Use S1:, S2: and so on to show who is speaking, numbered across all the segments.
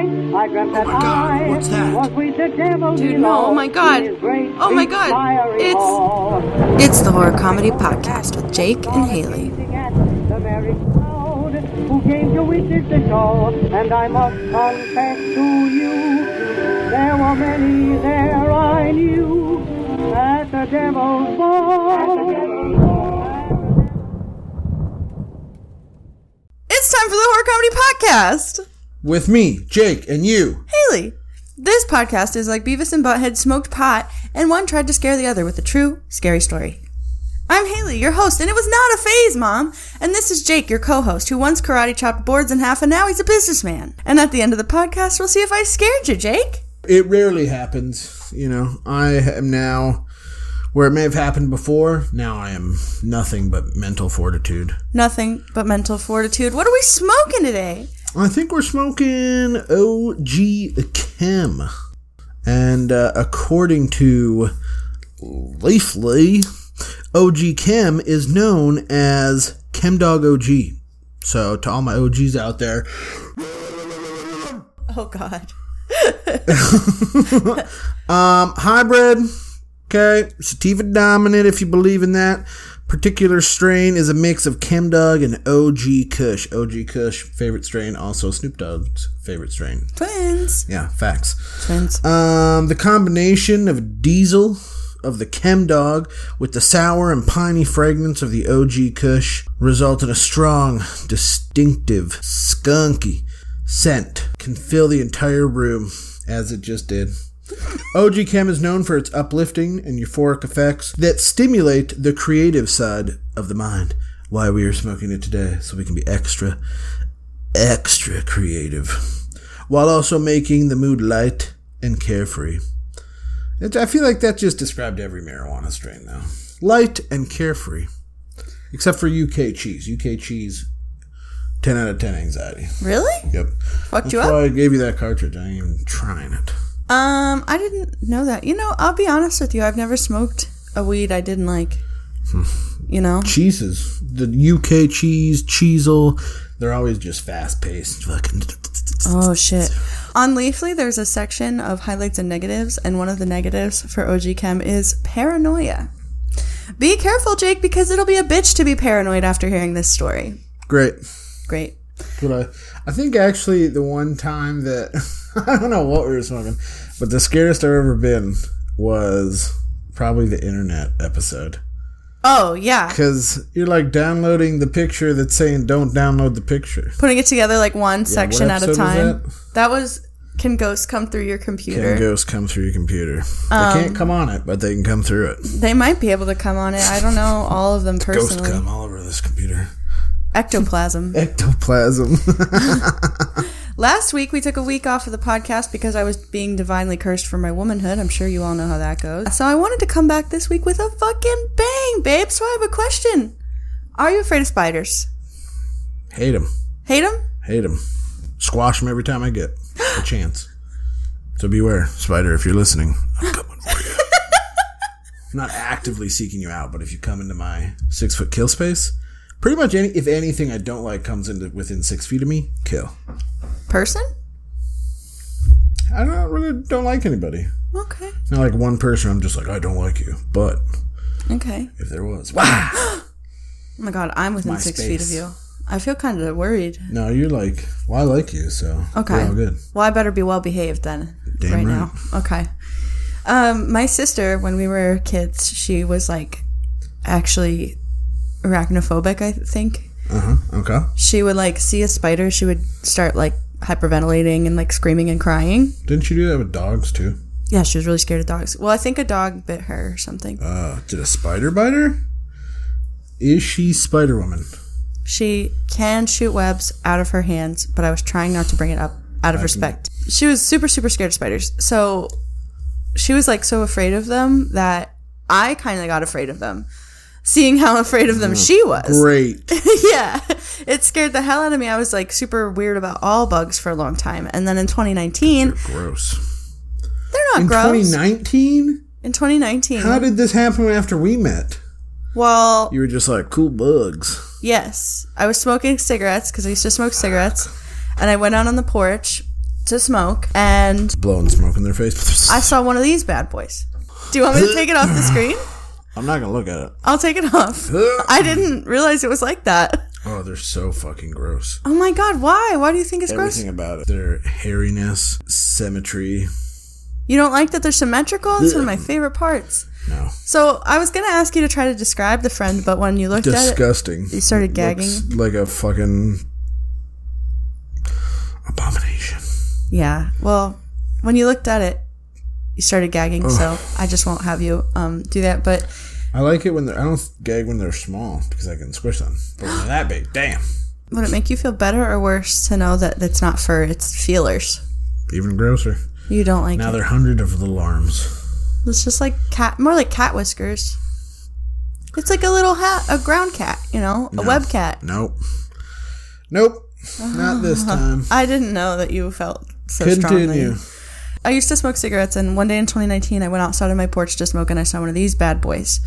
S1: telegraph that
S2: Oh my God,
S1: I
S2: what's that?
S1: was with the devil
S3: Dude, no,
S1: below
S3: oh my God.
S1: in his great
S3: Oh my
S1: big
S3: God.
S1: fiery
S3: It's-
S1: hall.
S4: It's the Horror Comedy Podcast with Jake and Haley.
S1: Who came to witness the show, and I must confess to you, there were many there I knew at the devil's ball.
S4: It's time for the Horror Comedy Podcast.
S2: With me, Jake, and you.
S4: Haley, this podcast is like Beavis and Butthead smoked pot, and one tried to scare the other with a true, scary story. I'm Haley, your host, and it was not a phase, Mom. And this is Jake, your co host, who once karate chopped boards in half, and now he's a businessman. And at the end of the podcast, we'll see if I scared you, Jake.
S2: It rarely happens, you know. I am now where it may have happened before. Now I am nothing but mental fortitude.
S4: Nothing but mental fortitude. What are we smoking today?
S2: I think we're smoking OG Chem. And uh, according to Leafly, OG Chem is known as ChemDog OG. So, to all my OGs out there,
S4: Oh, God.
S2: Um, hybrid, okay, sativa dominant if you believe in that. Particular strain is a mix of Chemdug and OG Kush. OG Kush, favorite strain, also Snoop Dogg's favorite strain.
S4: Twins.
S2: Yeah, facts.
S4: Twins.
S2: Um, the combination of diesel of the Chemdog with the sour and piney fragrance of the OG Kush result in a strong, distinctive, skunky scent. Can fill the entire room as it just did. OG Chem is known for its uplifting and euphoric effects that stimulate the creative side of the mind. Why we are smoking it today, so we can be extra, extra creative, while also making the mood light and carefree. It, I feel like that just described every marijuana strain, though. Light and carefree, except for UK cheese. UK cheese, ten out of ten anxiety.
S4: Really?
S2: Yep.
S4: Fucked you
S2: That's
S4: up?
S2: why I gave you that cartridge. I ain't even trying it.
S4: Um, I didn't know that. You know, I'll be honest with you. I've never smoked a weed I didn't like.
S2: Hmm.
S4: You know,
S2: cheeses. The UK cheese, cheesel, they're always just fast paced. Fucking.
S4: Oh shit. On Leafly, there's a section of highlights and negatives, and one of the negatives for OG Chem is paranoia. Be careful, Jake, because it'll be a bitch to be paranoid after hearing this story.
S2: Great.
S4: Great.
S2: But I, I think actually the one time that I don't know what we were smoking, but the scariest I've ever been was probably the internet episode
S4: Oh yeah,
S2: because you're like downloading the picture that's saying don't download the picture.
S4: putting it together like one section at a
S2: episode was
S4: time.
S2: that?
S4: That? was can ghosts come through your computer?
S2: Can ghosts come through your computer?
S4: Um,
S2: they can't come on it, but they can come through it.
S4: they might be able to come on it. I don't know all of them
S2: Ghosts
S4: personally.
S2: come all over this computer.
S4: Ectoplasm.
S2: Ectoplasm.
S4: Last week we took a week off of the podcast because I was being divinely cursed for my womanhood. I'm sure you all know how that goes. So I wanted to come back this week with a fucking bang, babe. So I have a question. Are you afraid of spiders?
S2: Hate them.
S4: Hate them?
S2: Hate them. Squash them every time I get a chance. So beware, Spider, if you're listening, I'm coming for you. I'm not actively seeking you out, but if you come into my six foot kill space, pretty much any, if anything I don't like comes into within six feet of me, kill.
S4: Person?
S2: I don't really don't like anybody.
S4: Okay.
S2: Not like one person. I'm just like I don't like you. But
S4: Okay.
S2: if there was, wow.
S4: Oh my god, I'm within
S2: My
S4: six
S2: space.
S4: feet of you. I feel kind of worried.
S2: No, you're like, well, I like you, so
S4: Okay.
S2: we're all good.
S4: Well, I better be well behaved then.
S2: Damn right.
S4: right, now. Okay. Um, my sister, when we were kids, she was like actually arachnophobic, I think.
S2: Uh huh. Okay.
S4: she would like see a spider, she would start like hyperventilating and like screaming and crying.
S2: Didn't you do that with dogs too?
S4: Yeah, she was really scared of dogs. Well, I think a dog bit her or something.
S2: Uh, did a spider bite her? Is she Spider Woman?
S4: She can shoot webs out of her hands, but I was trying not to bring it up out of respect. She was super, super scared of spiders. So she was like so afraid of them that I kind of got afraid of them, seeing how afraid of them she was.
S2: Mm-hmm. Great.
S4: yeah, it scared the hell out of me. I was like super weird about all bugs for a long time. And then in 2019,
S2: Gross.
S4: they're not
S2: In
S4: gross.
S2: 2019?
S4: In 2019.
S2: How did this happen after we met?
S4: well,
S2: You were just like, cool bugs.
S4: yes. I was smoking cigarettes because I used to smoke cigarettes. And I went out on the porch to smoke, and
S2: blowing smoke in their face.
S4: I saw one of these bad boys. Do you want me to take it off the screen?
S2: I'm not gonna look at it.
S4: I'll take it off. I didn't realize it was like that.
S2: Oh, they're so fucking gross.
S4: Oh my god, why? Why do you think it's gross?
S2: Everything about it. Their hairiness, symmetry.
S4: You don't like that they're symmetrical? It's one of my favorite parts.
S2: No.
S4: So I was gonna ask you to try to describe the friend, but when you looked at it,
S2: Disgusting.
S4: you started gagging.
S2: Looks like a fucking abomination.
S4: Yeah. Well, when you looked at it, you started gagging. So I just won't have you um, do that. But
S2: I like it when they're, I don't gag when they're small because I can squish them. But when they're that big, damn.
S4: would it make you feel better or worse to know that that's not fur? It's feelers.
S2: Even grosser.
S4: You don't like
S2: Now
S4: it.
S2: they're hundred of little arms.
S4: It's just like cat, more like cat whiskers. It's like a little hat, a ground cat, you know, a web cat.
S2: Nope. Nope. Not this time.
S4: I didn't know that you felt so
S2: Continue.
S4: strongly. I used to smoke cigarettes, and one day in 2019, I went outside on my porch to smoke, and I saw one of these bad boys.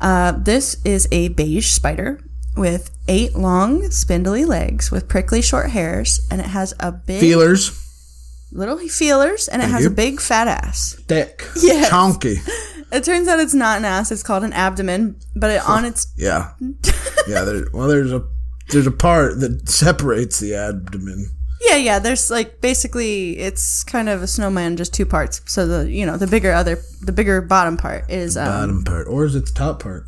S4: Uh, this is a beige spider with eight long, spindly legs with prickly short hairs, and it has a big
S2: Feelers.
S4: little feelers, and it has
S2: you.
S4: a big fat ass.
S2: Thick.
S4: Yes.
S2: Chunky.
S4: It turns out it's not an ass; it's called an abdomen. But it, on its
S2: Yeah. Yeah. There, well, there's a there's a part that separates the abdomen.
S4: Yeah, yeah. There's like basically it's kind of a snowman, just two parts. So the you know the bigger other the bigger bottom part is um,
S2: bottom part, or is it the top part?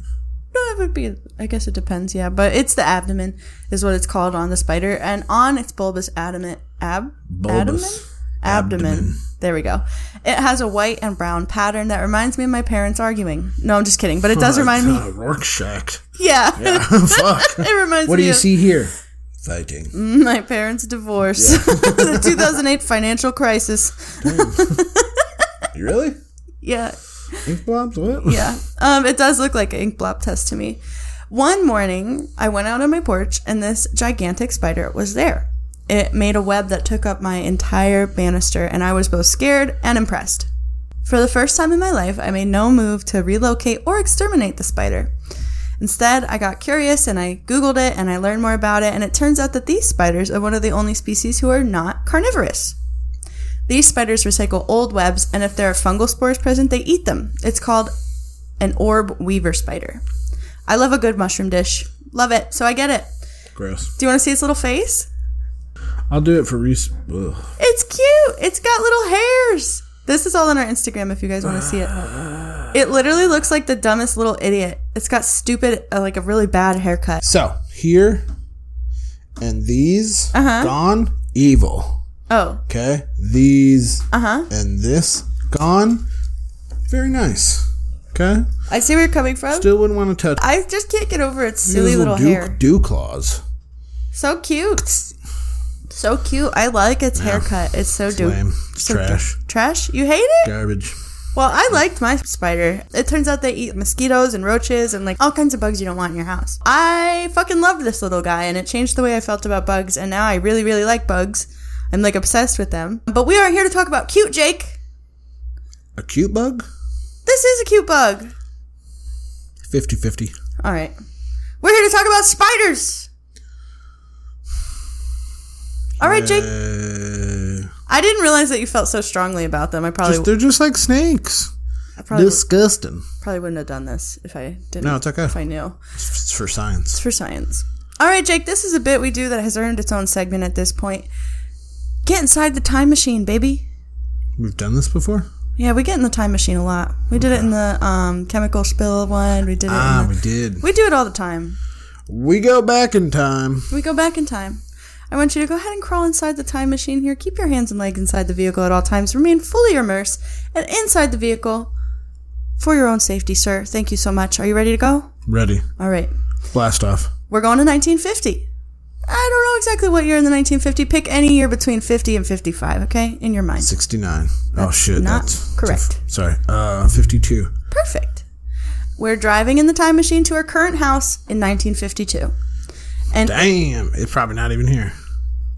S4: no, it would be I guess it depends. Yeah, but it's the abdomen is what it's called on the spider, and on its bulbous adamant ab
S2: Bulbous.
S4: abdomen.
S2: Abdomen.
S4: Abdomen. There we go. It has a white and brown pattern that reminds me of my parents arguing. No, I'm just kidding, but it does
S2: Oh
S4: remind me.
S2: me. Work Uh, shack.
S4: Yeah,
S2: Fuck.
S4: it reminds
S2: What
S4: me
S2: do you
S4: of
S2: see here?
S4: Mm.
S2: Fighting.
S4: my parents' divorce, the 2008 financial crisis.
S2: Really?
S4: Yeah,
S2: Ink blobs? What?
S4: yeah. Um, it does look like an ink blob test to me. One morning, I went out on my porch and this gigantic spider was there. It made a web that took up my entire banister, and I was both scared and impressed. For the first time in my life, I made no move to relocate or exterminate the spider. Instead, I got curious and I Googled it and I learned more about it, and it turns out that these spiders are one of the only species who are not carnivorous. These spiders recycle old webs, and if there are fungal spores present, they eat them. It's called an orb weaver spider. I love a good mushroom dish. Love it. So I get it.
S2: Gross.
S4: Do you want to see its little face?
S2: I'll do it for Reese. Ugh.
S4: It's cute. It's got little hairs. This is all on our Instagram if you guys want to see it. It literally looks like the dumbest little idiot. It's got stupid, uh, like a really bad haircut.
S2: So here and these
S4: Uh-huh.
S2: gone evil.
S4: Oh,
S2: Okay, these
S4: Uh-huh.
S2: and this gone. Very nice. Okay,
S4: I see where you're coming from.
S2: still wouldn't want to touch
S4: I just can't get over its
S2: these
S4: silly little
S2: dew,
S4: hair.
S2: dew claws.
S4: So cute. So cute. I like its haircut. It's so dope.
S2: Lame. It's trash.
S4: Trash? You hate it?
S2: Garbage.
S4: Well, I liked my spider. It turns out they eat mosquitoes and roaches and like all kinds of bugs you don't want in your house. I fucking loved this little guy and it changed the way I felt about bugs and now I really, really like bugs. I'm like obsessed with them. But we are here to talk about cute Jake.
S2: A cute bug.
S4: This is a cute bug.
S2: 50-50.
S4: All right. We're here to talk about spiders. All right, Jake.
S2: Uh,
S4: I didn't realize that you felt so strongly about them. I probably,
S2: they're just like snakes.
S4: I probably,
S2: Disgusting.
S4: probably wouldn't have done this if I didn't.
S2: No, it's okay.
S4: If I knew.
S2: It's for science.
S4: for science. All right, Jake, this is a bit we do that has earned its own segment at this point. Get inside the time machine, baby.
S2: We've done this before.
S4: Yeah, we get in the time machine a lot. We did it in the um, chemical spill one. We did it.
S2: Ah,
S4: in
S2: we
S4: the,
S2: did.
S4: we do it all the time.
S2: We go back in time.
S4: We go back in time. I want you to go ahead and crawl inside the time machine here. Keep your hands and legs inside the vehicle at all times. Remain fully immersed and inside the vehicle for your own safety, sir. Thank you so much. Are you ready to go?
S2: Ready.
S4: All right.
S2: Blast off.
S4: We're going to 1950. I don't know exactly what year in the 1950. Pick any year between 50 and 55, okay? In your mind.
S2: 69. oh shit,
S4: not
S2: that's
S4: correct.
S2: Sorry. Uh 52.
S4: Perfect. We're driving in the time machine to our current house in 1952. And
S2: Damn, it's probably not even here.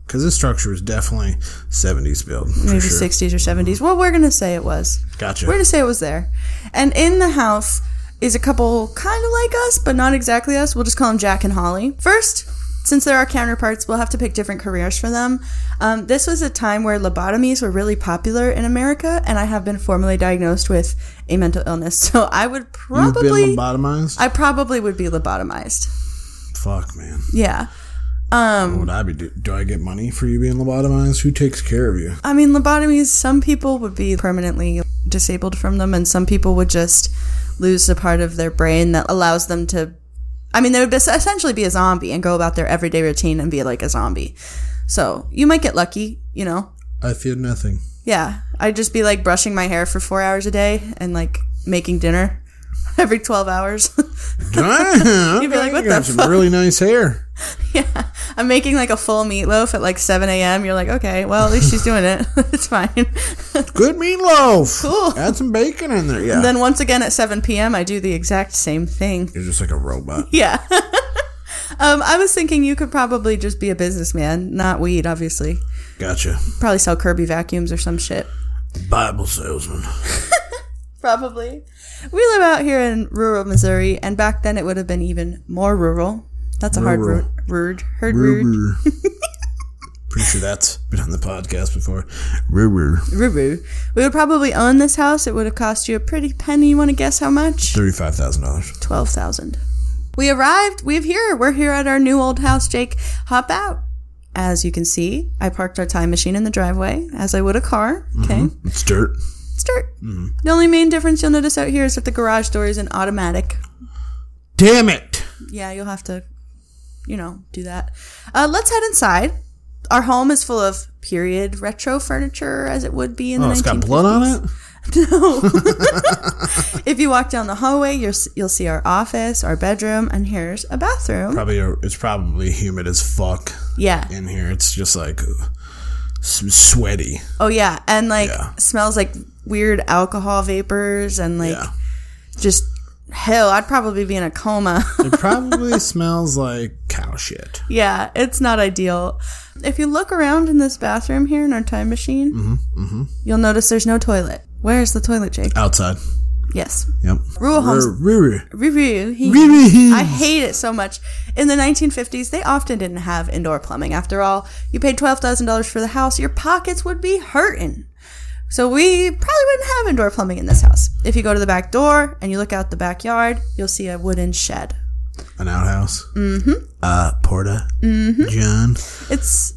S2: Cuz this structure is definitely 70s build. For
S4: maybe
S2: sure.
S4: 60s or 70s. Well, we're going to say it was.
S2: Gotcha.
S4: We're going to say it was there. And in the house is a couple kind of like us, but not exactly us. We'll just call them Jack and Holly. First, Since there are counterparts, we'll have to pick different careers for them. Um, this was a time where lobotomies were really popular in America, and I have been formally diagnosed with a mental illness. So I would
S2: You've been
S4: probably,
S2: lobotomized?
S4: I probably would be lobotomized.
S2: Fuck, man.
S4: Yeah.
S2: What would I be do? Do I get money for you being lobotomized? Who takes care of you?
S4: I mean, lobotomies, some people would be permanently disabled from them, and some people would just lose the part of their brain that allows them to. I mean, they would bes- essentially be a zombie and go about their everyday routine and be like a zombie. So you might get lucky, you know?
S2: I feel nothing.
S4: Yeah. I'd just be like brushing my hair for four hours a day and like making dinner every 12 hours.
S2: Damn,
S4: You'd be
S2: okay,
S4: like, what
S2: you got
S4: the
S2: some
S4: fuck?
S2: really nice hair.
S4: yeah. I'm making like a full meatloaf at like 7 a.m. You're like, okay, well, at least she's doing it. it's fine.
S2: Good meatloaf.
S4: Cool.
S2: Add some bacon in there. Yeah.
S4: Then once again at 7 p.m., I do the exact same thing.
S2: You're just like a robot.
S4: Yeah. um, I was thinking you could probably just be a businessman, not weed, obviously.
S2: Gotcha.
S4: Probably sell Kirby vacuums or some shit.
S2: Bible salesman.
S4: Probably. We live out here in rural Missouri, and back then it would have been even more rural. That's a
S2: Rural.
S4: hard word. Hard word.
S2: Pretty sure that's been on the podcast before. Roo-roo.
S4: Rural. We would probably own this house. It would have cost you a pretty penny. You want to guess how much?
S2: $35,000.
S4: 12,000. We arrived. We've here. We're here at our new old house, Jake. Hop out. As you can see, I parked our time machine in the driveway as I would a car. Okay.
S2: It's dirt.
S4: Start.
S2: Mm-hmm.
S4: The only main difference you'll notice out here is that the garage door is an automatic.
S2: Damn it.
S4: Yeah, you'll have to, you know, do that. Uh, let's head inside. Our home is full of period retro furniture, as it would be in
S2: Oh,
S4: the
S2: it's
S4: 1950s.
S2: got blood on it?
S4: If you walk down the hallway, you'll, s- you'll see our office, our bedroom, and here's a bathroom.
S2: Probably. A, it's probably humid as fuck
S4: yeah.
S2: in here. It's just like s- sweaty.
S4: Oh yeah, and like
S2: Yeah.
S4: smells like weird alcohol vapors and like
S2: Yeah.
S4: just hell. I'd probably be in a coma.
S2: It probably smells like cow shit.
S4: yeah, it's not ideal. If you look around in this bathroom here in our time machine, you'll notice there's no toilet. Where's the toilet, Jake?
S2: Outside.
S4: Yes.
S2: Yep.
S4: Rural homes.
S2: Roo-roo.
S4: Review. He-
S2: Roo-roo.
S4: I hate it so much. In the 1950s, they often didn't have indoor plumbing. After all, you paid $12,000 for the house, your pockets would be hurting. So we probably wouldn't have indoor plumbing in this house. If you go to the back door and you look out the backyard, you'll see a wooden shed.
S2: An outhouse. Mm-hmm. Uh, Porta. Mm-hmm. John.
S4: It's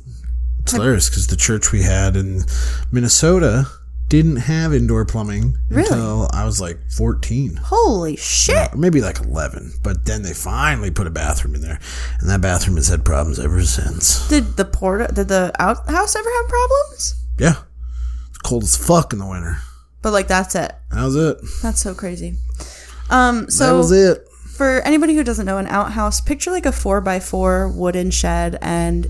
S2: It's hilarious because the church we had in Minnesota didn't have indoor plumbing until I was like 14,
S4: holy shit.
S2: or maybe like 11. But then they finally put a bathroom in there, and that bathroom has had problems ever since.
S4: Did the port did the outhouse ever have problems?
S2: Yeah, it's cold as fuck in the winter.
S4: But like that's it.
S2: That was it.
S4: That's so crazy. Um so
S2: that was it.
S4: for anybody who doesn't know an outhouse picture like a four by four wooden shed and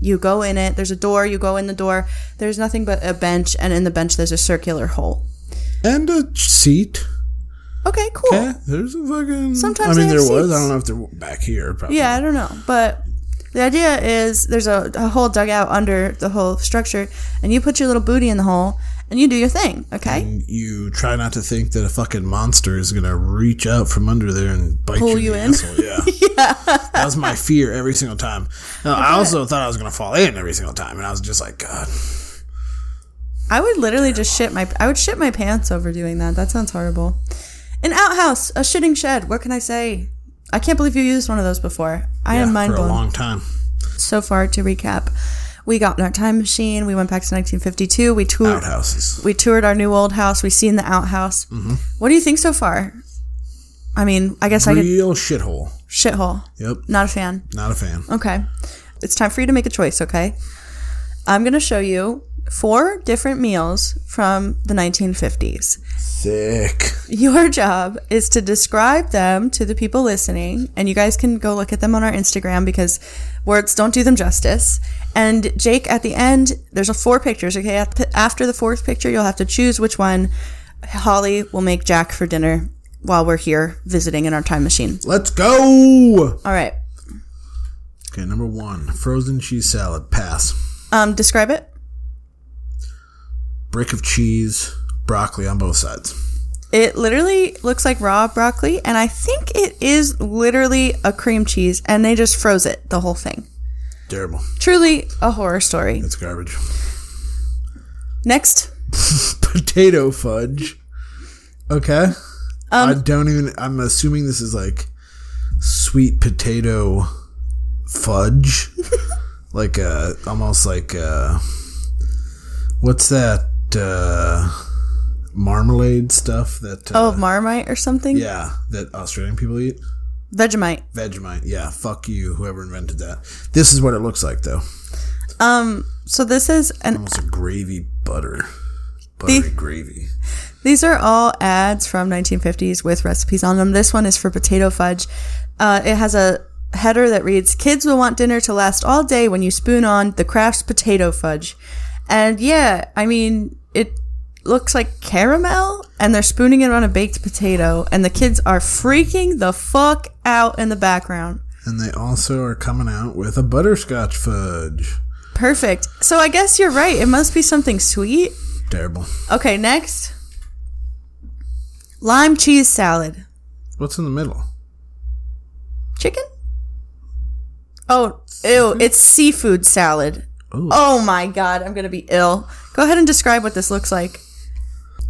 S4: you go in it there's a door you go in the door there's nothing but a bench and in the bench there's a circular hole
S2: And a seat.
S4: okay cool
S2: Yeah, there's a fucking.
S4: Sometimes
S2: I mean,
S4: they
S2: there
S4: have
S2: was. I
S4: seats.
S2: don't know if they're back here. Probably.
S4: yeah i don't know but the idea is there's a, a hole dug out under the whole structure and you put your little booty in the hole and you do your thing okay
S2: You try not to think that a fucking monster is gonna reach out from under there and bite
S4: Pull
S2: you, in the
S4: you in.
S2: asshole. Yeah, yeah. that was my fear every single time. Now, I also thought I was gonna fall in every single time, and I was just like, God,
S4: I would literally just shit my I would shit my pants over doing that. That sounds horrible. An outhouse, a shitting shed. What can I say? I can't believe you used one of those before. I
S2: yeah,
S4: am mind
S2: for a
S4: blown.
S2: long time.
S4: so far to recap, we got in our time machine. We went back to 1952. We toured.
S2: Outhouses.
S4: We toured our new old house. We seen the outhouse.
S2: Mm-hmm.
S4: What do you think so far? I mean, I guess I could
S2: Real shithole.
S4: shithole.
S2: Yep,
S4: Not a fan.
S2: not a fan.
S4: Okay. It's time for you to make a choice, okay? I'm going to show you four different meals from the 1950s.
S2: Sick.
S4: Your job is to describe them to the people listening, and you guys can go look at them on our Instagram because words don't do them justice. And Jake, at the end, there's a four pictures. Okay, At- after the fourth picture, you'll have to choose which one Holly will make Jack for dinner while we're here visiting in our time machine.
S2: Let's go.
S4: All right,
S2: Okay, number one, frozen cheese salad. Pass.
S4: um, describe it.
S2: Brick of cheese, broccoli on both sides.
S4: It literally looks like raw broccoli, and I think it is literally a cream cheese, and they just froze it, the whole thing.
S2: Terrible.
S4: Truly a horror story.
S2: It's garbage.
S4: Next.
S2: Potato fudge. Okay. I don't even. I'm assuming this is like sweet potato fudge, like a almost like a, what's that uh, marmalade stuff that? Uh,
S4: Oh, Marmite or something?
S2: yeah, that Australian people eat.
S4: Vegemite.
S2: Vegemite. Yeah, fuck you, whoever invented that. This is what it looks like though.
S4: Um, so this is an
S2: Almost a gravy butter, buttery gravy.
S4: These are all ads from 1950s with recipes on them. This one is for potato fudge. Uh, it has a header that reads, "Kids will want dinner to last all day when you spoon on the Kraft's potato fudge." And yeah, I mean, it looks like caramel, and they're spooning it on a baked potato, and the kids are freaking the fuck out in the background.
S2: And they also are coming out with a butterscotch fudge.
S4: Perfect. So I guess you're right. It must be something sweet.
S2: Terrible.
S4: Okay, next, lime cheese salad.
S2: What's in the middle?
S4: Chicken? Oh, ew, it's seafood salad.
S2: Mm-hmm. Ooh.
S4: Oh my god, I'm gonna be ill. Go ahead and describe what this looks like.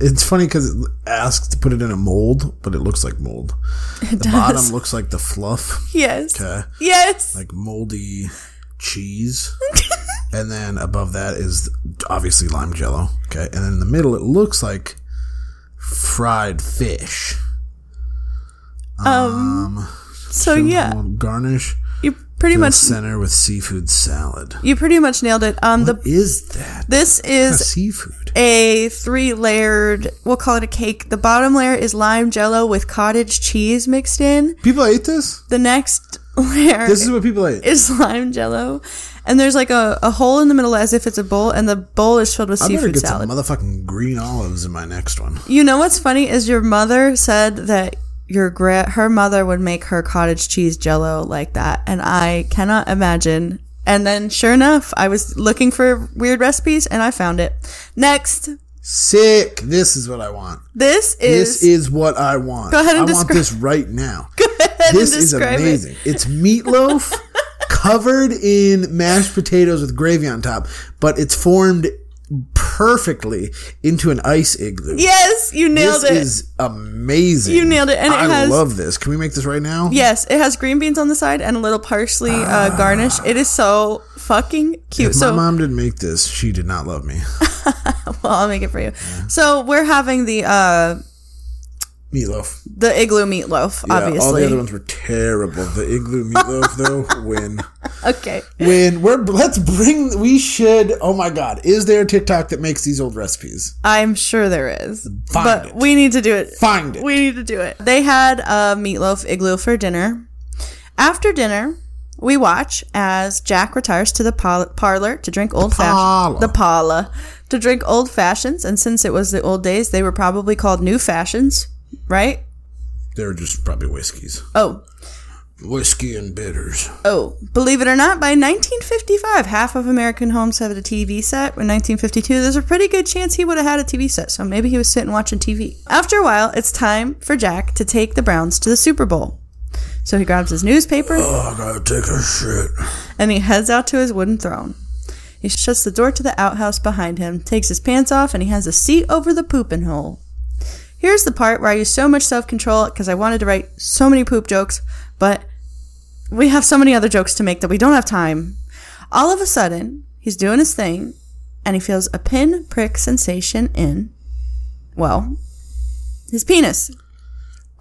S2: It's funny because it asks to put it in a mold, but it looks like mold. the bottom looks like the fluff,
S4: Yes.
S2: okay,
S4: Yes.
S2: like moldy cheese, and then above that is obviously lime jello. Okay, and then in the middle it looks like fried fish. Um,
S4: so Oh, yeah,
S2: garnish
S4: you pretty
S2: the
S4: much
S2: center with seafood salad.
S4: you pretty much nailed it. Um the
S2: Is that
S4: this
S2: a
S4: is
S2: seafood?
S4: a three-layered, we'll call it a cake. The bottom layer is lime jello with cottage cheese mixed in.
S2: People ate this.
S4: The next layer
S2: This is what people ate.
S4: is lime jello. And there's like a, a hole in the middle as if it's a bowl, and the bowl is filled with
S2: I better
S4: seafood
S2: get
S4: salad.
S2: some motherfucking green olives in my next one.
S4: You know what's funny is your mother said that your gra- her mother would make her cottage cheese jello like that, and I cannot imagine. And then, sure enough, I was looking for weird recipes and I found it. Next,
S2: Sick. This is what I want.
S4: this is
S2: This is what I want.
S4: Go ahead and
S2: I want
S4: describe-
S2: this right now. this is
S4: describe it.
S2: amazing. It's meatloaf covered in mashed potatoes with gravy on top, but it's formed perfectly into an ice igloo.
S4: yes, you nailed
S2: this
S4: it.
S2: is amazing.
S4: You nailed it, and it
S2: I
S4: has-
S2: love this. Can we make this right now?
S4: yes, it has green beans on the side and a little parsley uh, garnish. It is so fucking cute.
S2: Ah. If
S4: so
S2: my mom didn't make this, she did not love me.
S4: well, I'll make it for you. So we're having the uh,
S2: Meatloaf.
S4: the igloo meatloaf,
S2: Yeah,
S4: obviously.
S2: all the other ones were terrible. The igloo meatloaf, though, win.
S4: Okay.
S2: when we're let's bring we should oh my god is there a tiktok that makes these old recipes
S4: I'm sure there is.
S2: Find
S4: but
S2: it.
S4: we need to do it.
S2: find it
S4: We need to do it. They had a meatloaf igloo for dinner. After dinner, we watch as Jack retires to the pol- parlor to drink old
S2: parlor.
S4: fashions. The parlor. To drink old fashions. And since it was the old days, they were probably called new fashions, right?
S2: they're just probably whiskeys
S4: Oh,
S2: whiskey and bitters
S4: Oh, believe it or not, by 1955, half of American homes had a TV set. In 1952, there's a pretty good chance he would have had a TV set, so maybe he was sitting watching TV. After a while, it's time for Jack to take the Browns to the Super Bowl. So he grabs his newspaper
S2: Oh, i gotta take a shit
S4: and he heads out to his wooden throne. He shuts the door to the outhouse behind him, takes his pants off, and he has a seat over the pooping hole. Here's the part where I use so much self control because I wanted to write so many poop jokes, but we have so many other jokes to make that we don't have time. All of a sudden, he's doing his thing and he feels a pin prick sensation in, well, his penis.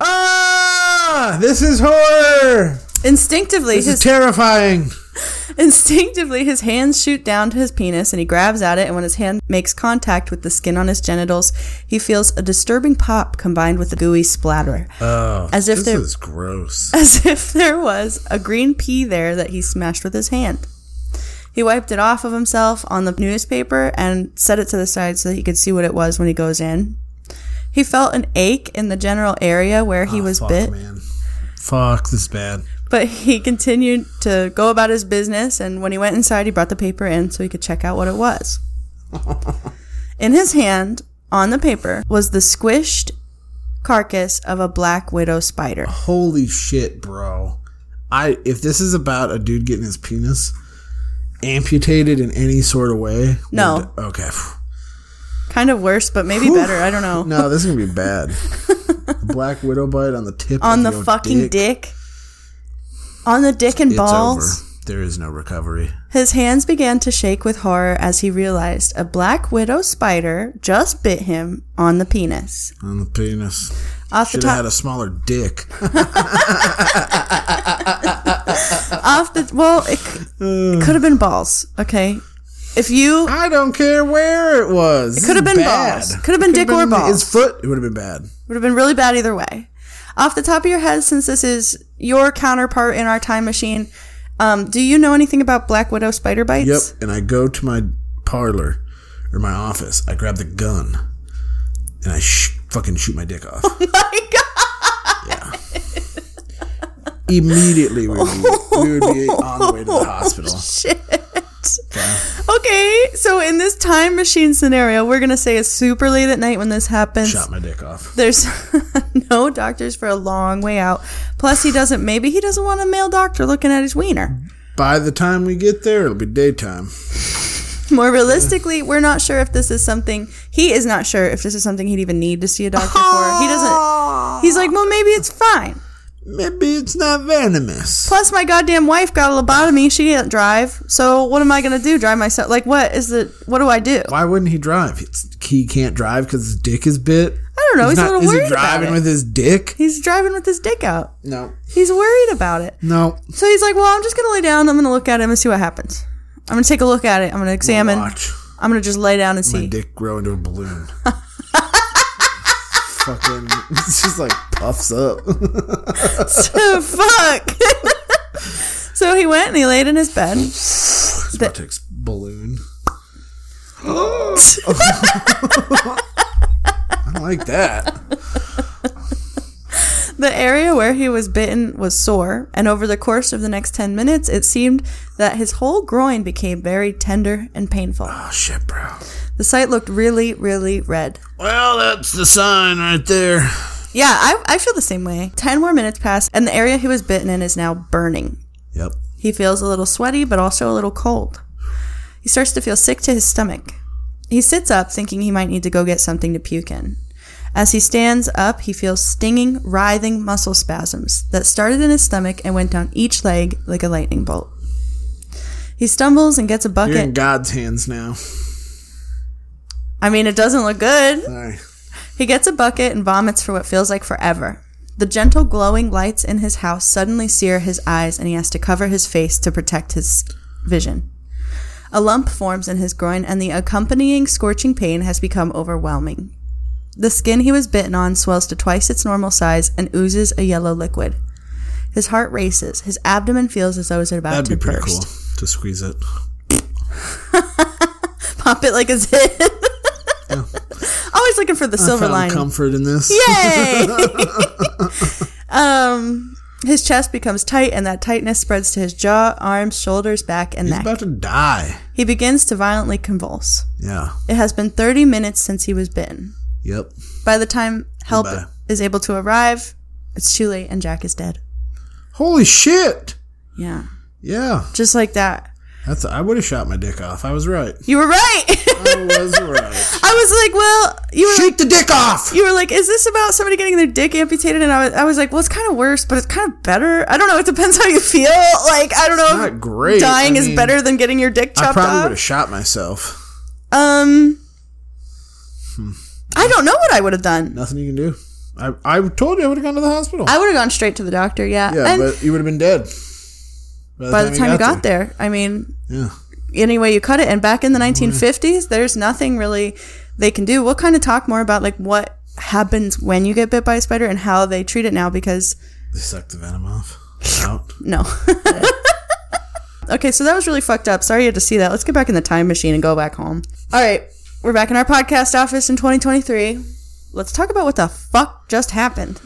S2: ah this is horror
S4: Instinctively,
S2: this
S4: his
S2: is terrifying
S4: Instinctively, his hands shoot down to his penis and he grabs at it. And when his hand makes contact with the skin on his genitals, he feels a disturbing pop combined with a gooey splatter. as if
S2: Uh, Oh, this
S4: there,
S2: is gross
S4: as if there was a green pea there that he smashed with his hand. He wiped it off of himself on the newspaper and set it to the side so that he could see what it was when he goes in. He felt an ache in the general area where he was
S2: Ah, fuck
S4: bit
S2: man fuck this is bad
S4: but he continued to go about his business and when he went inside he brought the paper in so he could check out what it was in his hand on the paper was the squished carcass of a black widow spider.
S2: Holy shit, bro. I if this is about a dude getting his penis amputated in any sort of way.
S4: No.
S2: we're d- Okay.
S4: Kind of worse, but maybe better. I don't know.
S2: No, this is gonna be bad. Black widow bite on the tip
S4: On
S2: of
S4: the
S2: your
S4: fucking dick. On the dick and
S2: It's
S4: balls.
S2: over. There is no recovery.
S4: His hands began to shake with horror as he realized a black widow spider just bit him on the penis.
S2: On the penis.
S4: Off the
S2: Should have
S4: top,
S2: had a smaller dick.
S4: off the well, it, c- it could have been balls. Okay, if you
S2: I don't care where it was. It
S4: could have been balls. Could have been dick or balls.
S2: His foot. It would have been bad.
S4: would have been really bad either way. Off the top of your head, since this is your counterpart in our time machine, um, do you know anything about black widow spider bites?
S2: Yep. And I go to my parlor or my office. I grab the gun and I sh- fucking shoot my dick off.
S4: Oh My God,
S2: Immediately we would, be, we would be on the way to the hospital.
S4: shit. Okay, so in this time machine scenario, we're gonna say it's super late at night when this happens.
S2: Shot my dick off.
S4: there's no doctors for a long way out. Plus, he doesn't. Maybe he doesn't want a male doctor looking at his wiener.
S2: By the time we get there, it'll be daytime.
S4: More realistically, we're not sure if this is something he is not sure if this is something he'd even need to see a doctor for. He doesn't. He's like, well, maybe it's fine.
S2: Maybe it's not venomous.
S4: Plus, my goddamn wife got a lobotomy. She can't drive. So what am I gonna do? Drive myself? Like, what is the? What do I do?
S2: Why wouldn't he drive? It's, he can't drive because his dick is bit.
S4: I don't know. He's, a little
S2: is
S4: worried
S2: he
S4: about
S2: driving
S4: it.
S2: with his dick?
S4: he's driving with his dick out.
S2: No.
S4: He's worried about it.
S2: No.
S4: So he's like, well, I'm just gonna lay down. I'm gonna look at him and see what happens. I'm gonna take a look at it. I'm gonna examine.
S2: Watch
S4: I'm gonna just lay down and
S2: my
S4: see.
S2: dick grow into a balloon. Fucking, it's just like puffs up.
S4: So, Fuck. so he went and he laid in his bed.
S2: it's about to ex- balloon. I don't like that.
S4: The area where he was bitten was sore, and over the course of the next ten minutes, it seemed that his whole groin became very tender and painful.
S2: Oh shit, bro.
S4: The site looked really, really red.
S2: Well, that's the sign right there.
S4: Yeah, I, I feel the same way. Ten more minutes passed, and the area he was bitten in is now burning.
S2: Yep.
S4: He feels a little sweaty, but also a little cold. He starts to feel sick to his stomach. He sits up, thinking he might need to go get something to puke in. As he stands up, he feels stinging, writhing muscle spasms that started in his stomach and went down each leg like a lightning bolt. He stumbles and gets a
S2: You're in
S4: bucket.
S2: God's hands now.
S4: I mean, it doesn't look good.
S2: Sorry.
S4: He gets a bucket and vomits for what feels like forever. The gentle glowing lights in his house suddenly sear his eyes and he has to cover his face to protect his vision. A lump forms in his groin and the accompanying scorching pain has become overwhelming. The skin he was bitten on swells to twice its normal size and oozes a yellow liquid. His heart races. His abdomen feels as though it's about
S2: That'd
S4: to
S2: be pretty
S4: burst.
S2: cool to squeeze it.
S4: Pop it like a zit. Always looking for the silver
S2: Found
S4: lining.
S2: comfort in this.
S4: Yay! um, his chest becomes tight, and that tightness spreads to his jaw, arms, shoulders, back, and
S2: He's
S4: neck.
S2: about to die.
S4: he begins to violently convulse.
S2: Yeah.
S4: It has been 30 minutes since he was bitten.
S2: Yep.
S4: By the time help
S2: Goodbye.
S4: is able to arrive, it's too late, and Jack is dead.
S2: Holy shit.
S4: Yeah,
S2: Yeah.
S4: just like that.
S2: That's I would have shot my dick off. I was right.
S4: You were right.
S2: I was right.
S4: I was like, well, you were.
S2: Shoot the dick off.
S4: you were like, is this about somebody getting their dick amputated? And I was, I was like, well, it's kind of worse, but it's kind of better. I don't know. It depends how you feel. Like, I don't know. if
S2: not great.
S4: Dying
S2: I
S4: is
S2: mean,
S4: better than getting your dick
S2: I
S4: chopped
S2: probably would have
S4: off.
S2: shot myself.
S4: Um,
S2: Hmm.
S4: I don't know what I would have done.
S2: Nothing you can do. I, I told you I would have gone to the hospital.
S4: I would have gone straight to the doctor. Yeah.
S2: yeah,
S4: and
S2: but you would have been dead.
S4: by the time you got there. I mean,
S2: Yeah.
S4: any way you cut it, and back in
S2: Mm-hmm.
S4: the 1950s, there's nothing really they can do. We'll kind of talk more about like what happens when you get bit by a spider and how they treat it now because
S2: They sucked the venom off. Out.
S4: No. okay, so that was really fucked up. Sorry you had to see that. Let's get back in the time machine and go back home. All right, we're back in our podcast office in 2023. Let's talk about what the fuck just happened.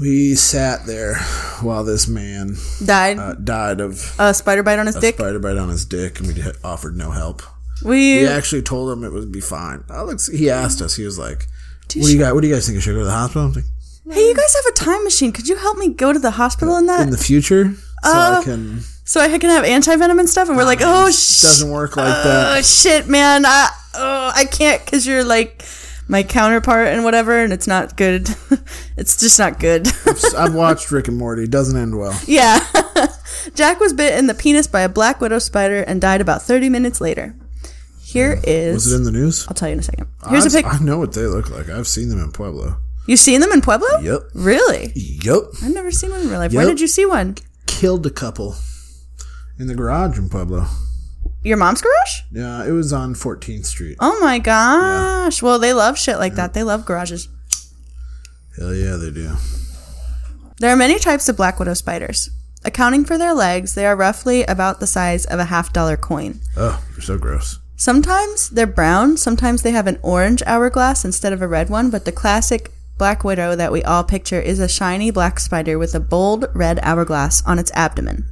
S2: We sat there while this man
S4: Died
S2: uh, died of
S4: a spider bite on his dick.
S2: spider bite on his dick, and we had- offered no help.
S4: We
S2: We actually told him it would be fine. Alex, he asked us. He was like, "What do you guys? What do you guys think? I should go to the hospital?" I'm like,
S4: Hey, you guys have a time machine. Could you help me go to the hospital in that?
S2: in the future, so
S4: Uh,
S2: I can
S4: so I can have anti venom and stuff. And we're like, oh, sh-
S2: doesn't work like
S4: oh
S2: that.
S4: shit, man. I, oh, I can't because you're like my counterpart and whatever, and it's not good. it's just not good.
S2: I've watched Rick and Morty. Doesn't end well.
S4: yeah. Jack was bit in the penis by a black widow spider and died about 30 minutes later. Here
S2: Was it
S4: is.
S2: in the news?
S4: I'll tell you in a second. Here's a
S2: I've-
S4: pic.
S2: I know what they look like. I've seen them in Pueblo.
S4: You've seen them in Pueblo?
S2: Yep.
S4: Really?
S2: Yep.
S4: I've never seen one in real life. Where
S2: Yep.
S4: did you see one?
S2: Killed a couple in the garage in Pueblo.
S4: Your mom's garage?
S2: Yeah, it was on 14th Street.
S4: Oh my gosh. Well, they love shit like that. They love garages.
S2: Hell yeah, they do.
S4: There are many types of black widow spiders. Accounting for their legs, they are roughly about the size of a half dollar coin.
S2: Oh, they're so gross.
S4: Sometimes they're brown, sometimes they have an orange hourglass instead of a red one, but the classic black widow that we all picture is a shiny black spider with a bold red hourglass on its abdomen.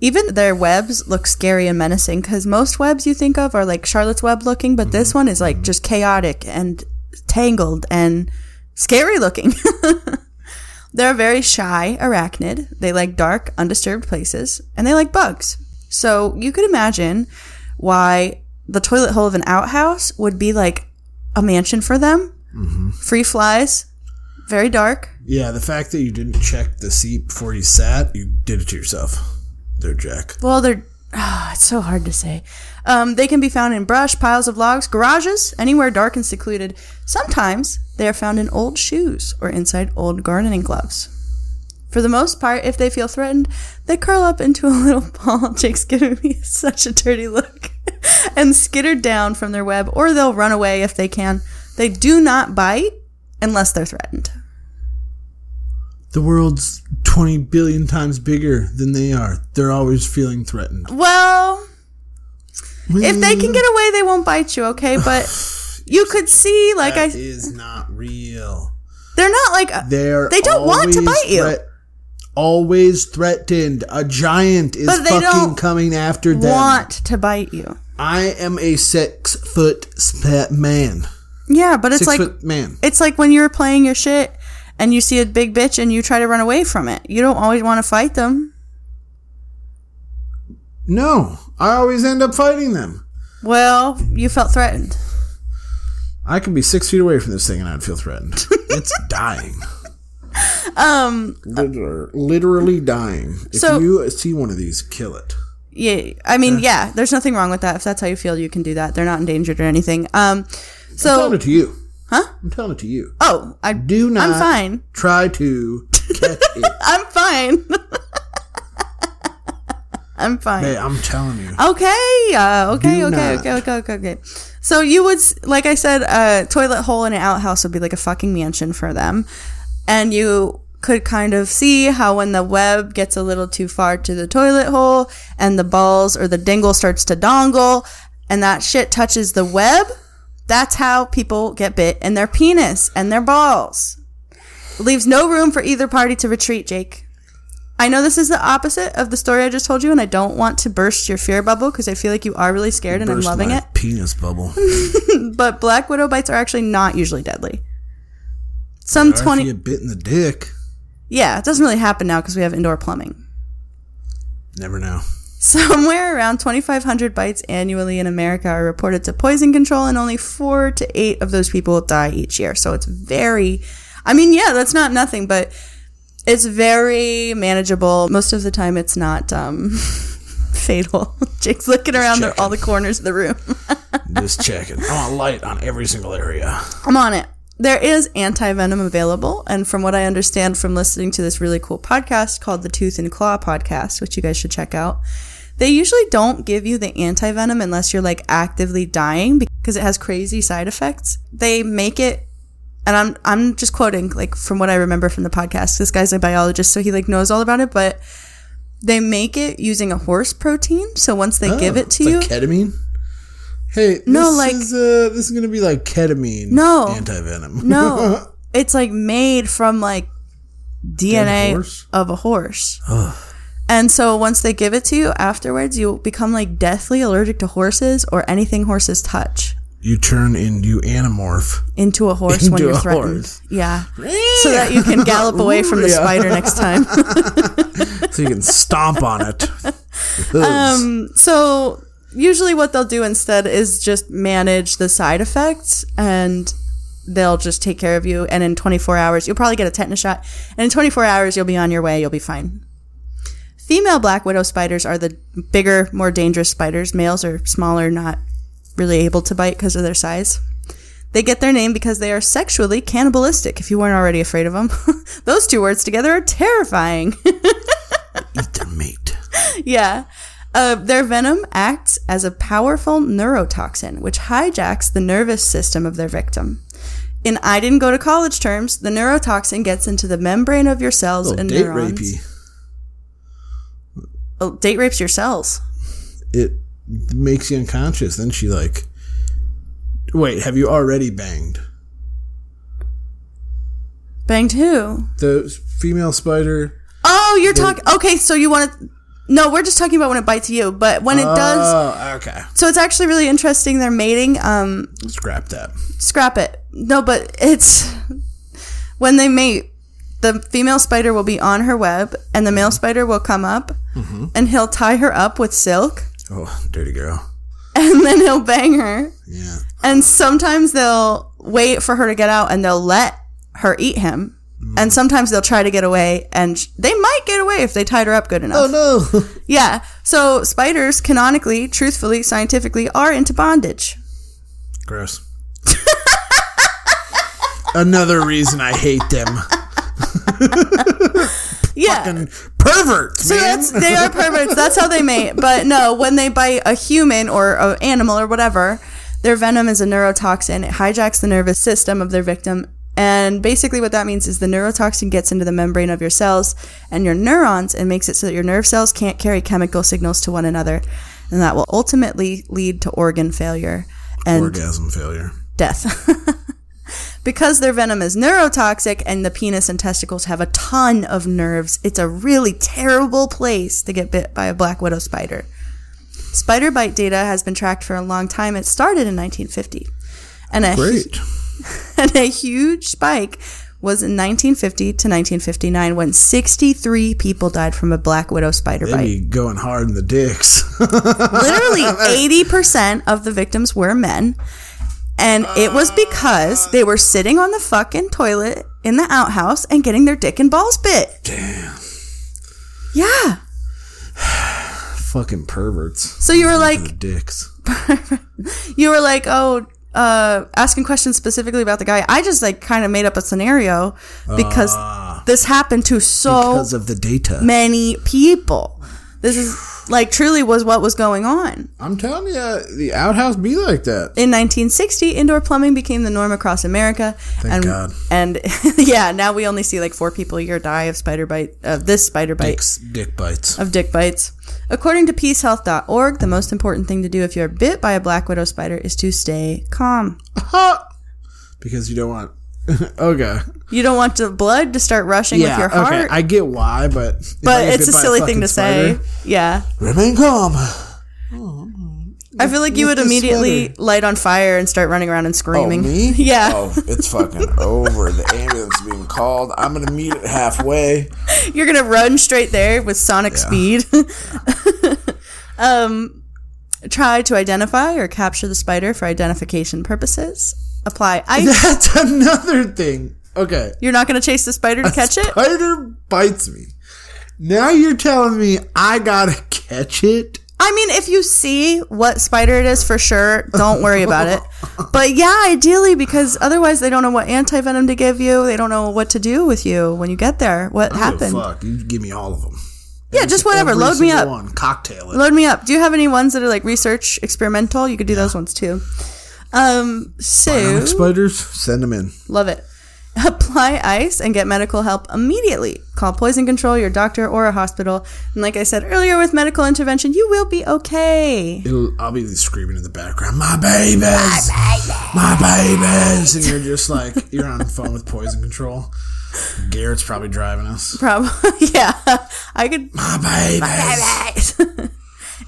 S4: Even their webs look scary and menacing because most webs you think of are like Charlotte's web looking, but this one is like just chaotic and tangled and scary looking. They're a very shy arachnid. They like dark, undisturbed places, and they like bugs. So you could imagine why the toilet hole of an outhouse would be like a mansion for them. Free flies, very dark.
S2: Yeah, the fact that you didn't check the seat before you sat, you did it to yourself. They're Jack.
S4: Well, they're ah, it's so hard to say. Um, they can be found in brush, piles of logs, garages, anywhere dark and secluded. Sometimes they are found in old shoes or inside old gardening gloves. For the most part, if they feel threatened, they curl up into a little ball. Jake's giving me such a dirty look. and skitter down from their web, or they'll run away if they can. They do not bite unless they're threatened.
S2: The world's 20 billion times bigger than they are. They're always feeling threatened.
S4: Well, if they can get away, they won't bite you, okay? But you could see, like
S2: That
S4: I,
S2: is not real.
S4: they're not like a,
S2: They're
S4: They don't want to
S2: always
S4: bite you.
S2: threat- always threatened. A giant is
S4: But they
S2: fucking
S4: don't
S2: coming after them.
S4: want to bite you.
S2: I am a six foot sp- man.
S4: Yeah, but it's
S2: Six
S4: like
S2: foot man.
S4: it's like when you're playing your shit and you see a big bitch and you try to run away from it. You don't always want to fight them.
S2: No, I always end up fighting them.
S4: Well, you felt threatened.
S2: I could be six feet away from this thing and I'd feel threatened. It's dying.
S4: Um,
S2: Liter- literally dying. If
S4: So-
S2: you see one of these, kill it.
S4: yeah, I mean, yeah, there's nothing wrong with that. If that's how you feel, you can do that. They're not endangered or anything. Um,
S2: I'm telling
S4: so
S2: it to you. Huh? I'm telling it to you.
S4: oh, I
S2: Do not
S4: I'm fine.
S2: try to catch it.
S4: I'm fine. I'm fine.
S2: Hey, I'm telling you.
S4: Okay, uh, okay,
S2: Do
S4: okay,
S2: not.
S4: okay, okay, okay, okay. So you would, s- like I said, a toilet hole in an outhouse would be like a fucking mansion for them, and you could kind of see how when the web gets a little too far to the toilet hole and the balls or the dingle starts to dongle and that shit touches the web, that's how people get bit in their penis and their balls. Leaves no room for either party to retreat, Jake. I know this is the opposite of the story I just told you, and I don't want to burst your fear bubble because I feel like you are really scared and
S2: Burst
S4: I'm loving
S2: my
S4: it.
S2: Penis bubble.
S4: But black widow bites are actually not usually deadly. Some
S2: Or if
S4: 20.
S2: you get bit in the dick.
S4: yeah, it doesn't really happen now because we have indoor plumbing.
S2: Never know.
S4: Somewhere around 2,500 bites annually in America are reported to poison control, and only four to eight of those people die each year. So it's very, I mean, yeah, that's not nothing, but it's very manageable. Most of the time, it's not um, fatal. Jake's looking around the, all the corners of the room.
S2: Just checking. I want light on every single area.
S4: I'm on it. There is anti venom available. And from what I understand from listening to this really cool podcast called the Tooth and Claw podcast, which you guys should check out, they usually don't give you the anti venom unless you're like actively dying because it has crazy side effects. They make it and I'm I'm just quoting like from what I remember from the podcast. This guy's a biologist, so he like knows all about it, but they make it using a horse protein. So once they give
S2: Oh,
S4: it to
S2: it's
S4: you,
S2: Like ketamine? Hey,
S4: No,
S2: this
S4: like-
S2: is, uh, this is gonna be like ketamine.
S4: No.
S2: anti venom.
S4: No, it's like made from like DNA
S2: horse?
S4: of a horse. And so once they give it to you afterwards, you become like deathly allergic to horses or anything horses touch.
S2: you turn into Animorph.
S4: into a horse when
S2: Into
S4: you're
S2: a
S4: threatened.
S2: horse.
S4: Yeah. So that you can gallop away from the
S2: Yeah.
S4: spider next time.
S2: so you can stomp on it.
S4: Um, so usually what they'll do instead is just manage the side effects and they'll just take care of you and in 24 hours you'll probably get a tetanus shot and in 24 hours you'll be on your way you'll be fine female black widow spiders are the bigger more dangerous spiders males are smaller not really able to bite because of their size they get their name because they are sexually cannibalistic if you weren't already afraid of them those two words together are terrifying
S2: Eat their mate.
S4: yeah. Uh, their venom acts as a powerful neurotoxin, which hijacks the nervous system of their victim. In I didn't go to college terms, the neurotoxin gets into the membrane of your cells
S2: Little
S4: and
S2: date
S4: neurons.
S2: rapey.
S4: Oh, date rapes your cells.
S2: It makes you unconscious. Then she like, wait, have you already banged?
S4: Banged who?
S2: The female spider.
S4: Oh, you're talking. Okay, so you want to. No, we're just talking about when it bites you, but when it does.
S2: Oh, okay.
S4: So it's actually really interesting. They're mating. Um,
S2: Scrap that.
S4: scrap it. No, but it's when they mate, the female spider will be on her web, and the male spider will come up,
S2: Mm-hmm.
S4: and he'll tie her up with silk,
S2: Oh, dirty girl.
S4: and then he'll bang her.
S2: Yeah.
S4: And sometimes they'll wait for her to get out, and they'll let her eat him.
S2: Mm-hmm.
S4: And sometimes they'll try to get away, and sh- they might get away if they tied her up good enough.
S2: Oh no.
S4: Yeah. So spiders, canonically, truthfully, scientifically, are into bondage.
S2: Gross. Another reason I hate them.
S4: Yeah.
S2: And perverts,
S4: So
S2: man.
S4: that's they are perverts. That's how they mate. But no, when they bite a human or an animal or whatever, their venom is a neurotoxin. It hijacks the nervous system of their victim. And basically, what that means is the neurotoxin gets into the membrane of your cells and your neurons and makes it so that your nerve cells can't carry chemical signals to one another. And that will ultimately lead to organ failure and
S2: Orgasm failure.
S4: death. because their venom is neurotoxic and the penis and testicles have a ton of nerves, it's a really terrible place to get bit by a black widow spider. Spider bite data has been tracked for a long time. It started in 1950. And a,
S2: Great.
S4: and a huge spike was in 1950 to 1959 when 63 people died from a black widow spider
S2: They
S4: bite.
S2: be going hard in the dicks.
S4: Literally 80% of the victims were men. And it was because they were sitting on the fucking toilet in the outhouse and getting their dick and balls bit. Damn. Yeah.
S2: Fucking perverts.
S4: So you were
S2: To the
S4: like,
S2: dicks.
S4: you were like, oh, uh, asking questions specifically about the guy. I just like kind of made up a scenario because this happened to so
S2: Ah. Because of the data.
S4: many people. This is like truly was what was going on.
S2: I'm telling you, the outhouse be like that.
S4: In 1960, indoor plumbing became the norm across America. Thank and,
S2: God.
S4: And yeah, now we only see like four people a year die of spider bite, of this spider bite,
S2: Dicks, dick bites.
S4: of dick bites. According to peacehealth.org, the most important thing to do if you're bit by a black widow spider is to stay calm.
S2: Ha! Because you don't want. okay.
S4: You don't want the blood to start rushing with your heart.
S2: okay. I get why, but. if I
S4: but
S2: get
S4: it's
S2: bit
S4: a
S2: by
S4: silly thing
S2: fucking
S4: to
S2: spider,
S4: say. Yeah.
S2: Remain calm.
S4: I feel like you would
S2: with this
S4: immediately
S2: sweater. Oh,
S4: light on fire and start running around and screaming. Yeah.
S2: it's fucking over. The ambulance being called. I'm going to meet it halfway.
S4: You're gonna run straight there with sonic speed. um, try to identify or capture the spider for identification purposes. Apply ice.
S2: That's another thing. Okay.
S4: You're not gonna chase the spider to catch it.
S2: Spider bites me. Now you're telling me I gotta catch it?
S4: I mean, if you see what spider it is for sure, don't worry about it. But yeah, ideally, because otherwise they don't know what anti venom to give you. They don't know what to do with you when you get there. What happened?
S2: Oh, fuck. You give me all of them.
S4: Yeah, just whatever.
S2: Every
S4: Load me
S2: single
S4: up.
S2: One. Cocktail it.
S4: Load me up. Do you have any ones that are like research experimental? You could do those ones too. Um, so
S2: Spiders, send them in.
S4: love it. Apply ice and get medical help immediately. Call poison control, your doctor, or a hospital. And like I said earlier, with medical intervention, you will be okay.
S2: It'll, I'll be screaming in the background, my babies, my babies, my babies, and you're just like you're on the phone with poison control. Garrett's probably driving us. Ah,
S4: Probably, yeah. I could
S2: My babies.
S4: Right.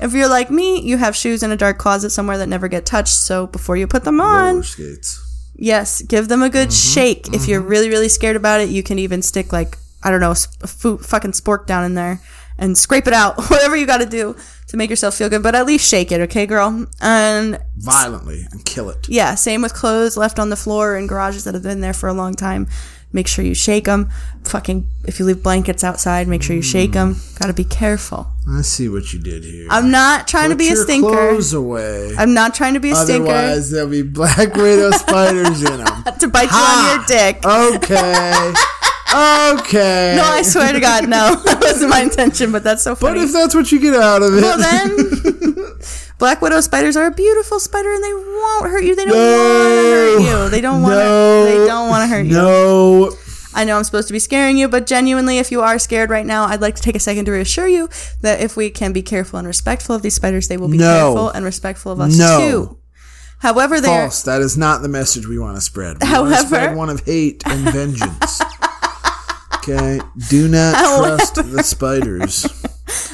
S4: If you're like me, you have shoes in a dark closet somewhere that never get touched. So before you put them on,
S2: Roller skates.
S4: Yes, give them a good
S2: Mm-hmm.
S4: shake. If you're really, really scared about it, you can even stick like I don't know, s- a fu- fucking spork down in there and scrape it out. Whatever you got to do to make yourself feel good, but at least shake it, okay, girl. And
S2: Violently and kill it.
S4: yeah, same with clothes left on the floor in garages that have been there for a long time. Make sure you shake them. Fucking, if you leave blankets outside, make
S2: Mm.
S4: sure you shake them. Got to be careful.
S2: I see what you did here.
S4: I'm not trying to be a
S2: your
S4: stinker.
S2: clothes away.
S4: I'm not trying to be a stinker.
S2: Otherwise, there'll be black widow spiders in them.
S4: To bite you on your dick.
S2: Okay. okay.
S4: No, I swear to God, no. That wasn't my intention, but that's so
S2: But
S4: funny.
S2: if that's what you get out of it,
S4: well, then, Black Widow spiders are a beautiful spider, and they won't hurt you. They don't
S2: No.
S4: want to hurt you. They don't want to.
S2: No.
S4: They don't want to hurt you.
S2: no.
S4: I know I'm supposed to be scaring you, but genuinely, if you are scared right now, I'd like to take a second to reassure you that if we can be careful and respectful of these spiders, they will be
S2: No.
S4: careful and respectful of us
S2: No.
S4: too. However, they are
S2: False. That is not the message we want to spread. We want to
S4: However-
S2: spread one of hate and vengeance. okay. Do not trust the spiders.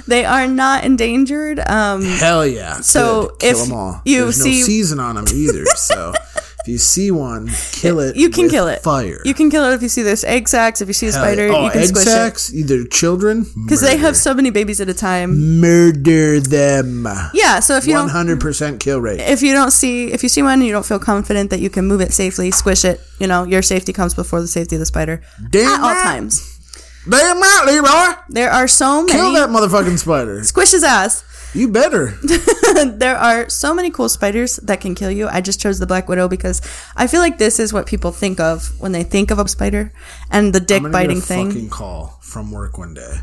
S4: they are not endangered. Um,
S2: Hell yeah.
S4: So
S2: Good. kill
S4: if
S2: them all.
S4: you
S2: There's
S4: see-
S2: no season on them either. So if you see one, kill it.
S4: you can
S2: with
S4: kill it.
S2: Fire.
S4: You can kill it if you see this egg sacs. If you see a
S2: Hell yeah.
S4: spider,
S2: Oh,
S4: you can
S2: egg
S4: squish it.
S2: sacs, either children
S4: because they have so many babies at a time.
S2: murder them.
S4: Yeah, so if you
S2: One
S4: don't
S2: hundred percent kill rate.
S4: if you don't see if you see one and you don't feel confident that you can move it safely, squish it. You know, your safety comes before the safety of the spider
S2: Damn
S4: at all
S2: right.
S4: times.
S2: Damn right, Leroy.
S4: There are so many
S2: Kill that motherfucking spider.
S4: squish his ass.
S2: You better.
S4: there are so many cool spiders that can kill you. I just chose the black widow because I feel like this is what people think of when they think of a spider and the dick
S2: I'm gonna
S4: biting
S2: get a
S4: thing.
S2: Fucking call from work one day.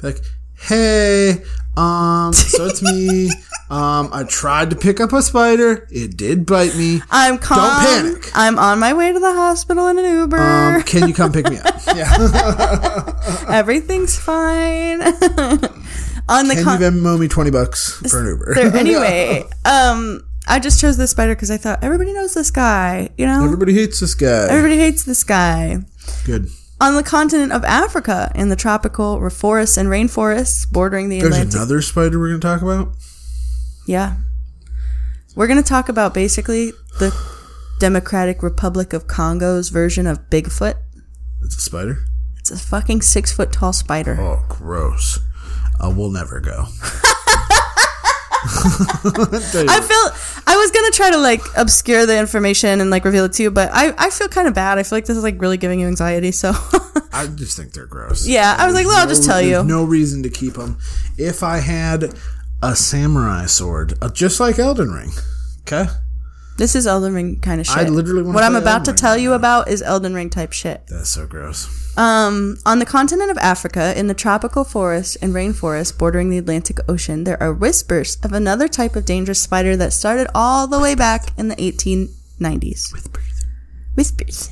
S2: Be like, hey, um, so it's me. Um, I tried to pick up a spider. It did bite me.
S4: I'm calm.
S2: panic.
S4: I'm on my way to the hospital in an Uber.
S2: Um, can you come pick me up? Yeah.
S4: Everything's fine. on the con-
S2: Can you Venmo me twenty bucks for an Uber?
S4: there anyway. Um, I just chose this spider because I thought everybody knows this guy. You know,
S2: Everybody hates this guy.
S4: everybody hates this guy.
S2: Good.
S4: On the continent of Africa, in the tropical forests and rainforests bordering the
S2: There's
S4: Atlantic.
S2: another spider we're gonna talk about.
S4: yeah, we're gonna talk about basically the Democratic Republic of Congo's version of Bigfoot.
S2: It's a spider.
S4: It's a fucking six foot tall spider.
S2: Oh, gross. Uh, we'll never go.
S4: I feel I was gonna try to like obscure the information and like reveal it to you, but I, I feel kind of bad. I feel like this is like really giving you anxiety. So
S2: I just think they're gross.
S4: yeah, I was like, well, I'll just
S2: no-
S4: tell you.
S2: there's No reason to keep them. If I had a samurai sword, uh, just like Elden Ring, okay?
S4: This is Elden Ring kind of shit.
S2: I literally wanna
S4: what I'm
S2: play
S4: about
S2: Elden
S4: to
S2: Ring
S4: tell you about is Elden Ring type shit.
S2: That's so gross.
S4: Um, on the continent of Africa, in the tropical forest and rainforest bordering the Atlantic Ocean, there are whispers of another type of dangerous spider that started all the way back in the 1890s. Whispers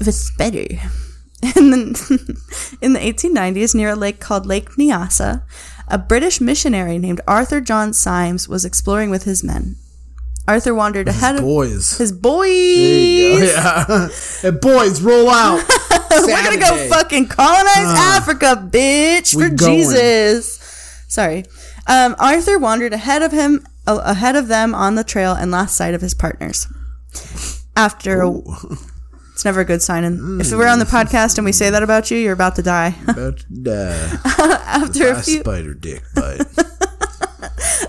S4: of a spider. In the, in the 1890s, near a lake called Lake Nyasa, a British missionary named Arthur John Symes was exploring with his men. Arthur wandered ahead of
S2: Boys.
S4: his boys.
S2: There you go. Yeah. Hey, boys, roll out.
S4: We're gonna go fucking colonize Africa, bitch,
S2: we
S4: for
S2: going.
S4: Jesus. Sorry. Um, Arthur wandered ahead of him, a- ahead of them on the trail, and lost sight of his partners. After a, it's never a good sign. And if we're on the
S2: Mm.
S4: podcast and we say that about you, you're about to die.
S2: About to die.
S4: After a
S2: A
S4: few,
S2: uh, spider dick bite.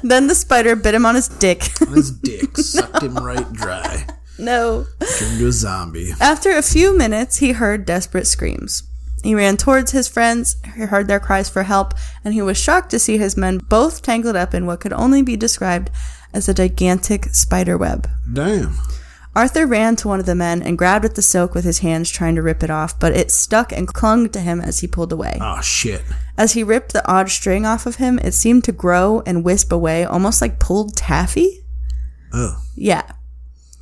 S4: then the spider bit him on his dick.
S2: On His dick sucked him right dry.
S4: no.
S2: Turned to a zombie.
S4: After a few minutes, he heard desperate screams. He ran towards his friends, he heard their cries for help, and he was shocked to see his men both tangled up in what could only be described as a gigantic spider web.
S2: Damn.
S4: Arthur ran to one of the men and grabbed at the silk with his hands, trying to rip it off, but it stuck and clung to him as he pulled away.
S2: Oh, shit.
S4: As he ripped the odd string off of him, it seemed to grow and wisp away, almost like pulled taffy.
S2: Oh.
S4: Yeah.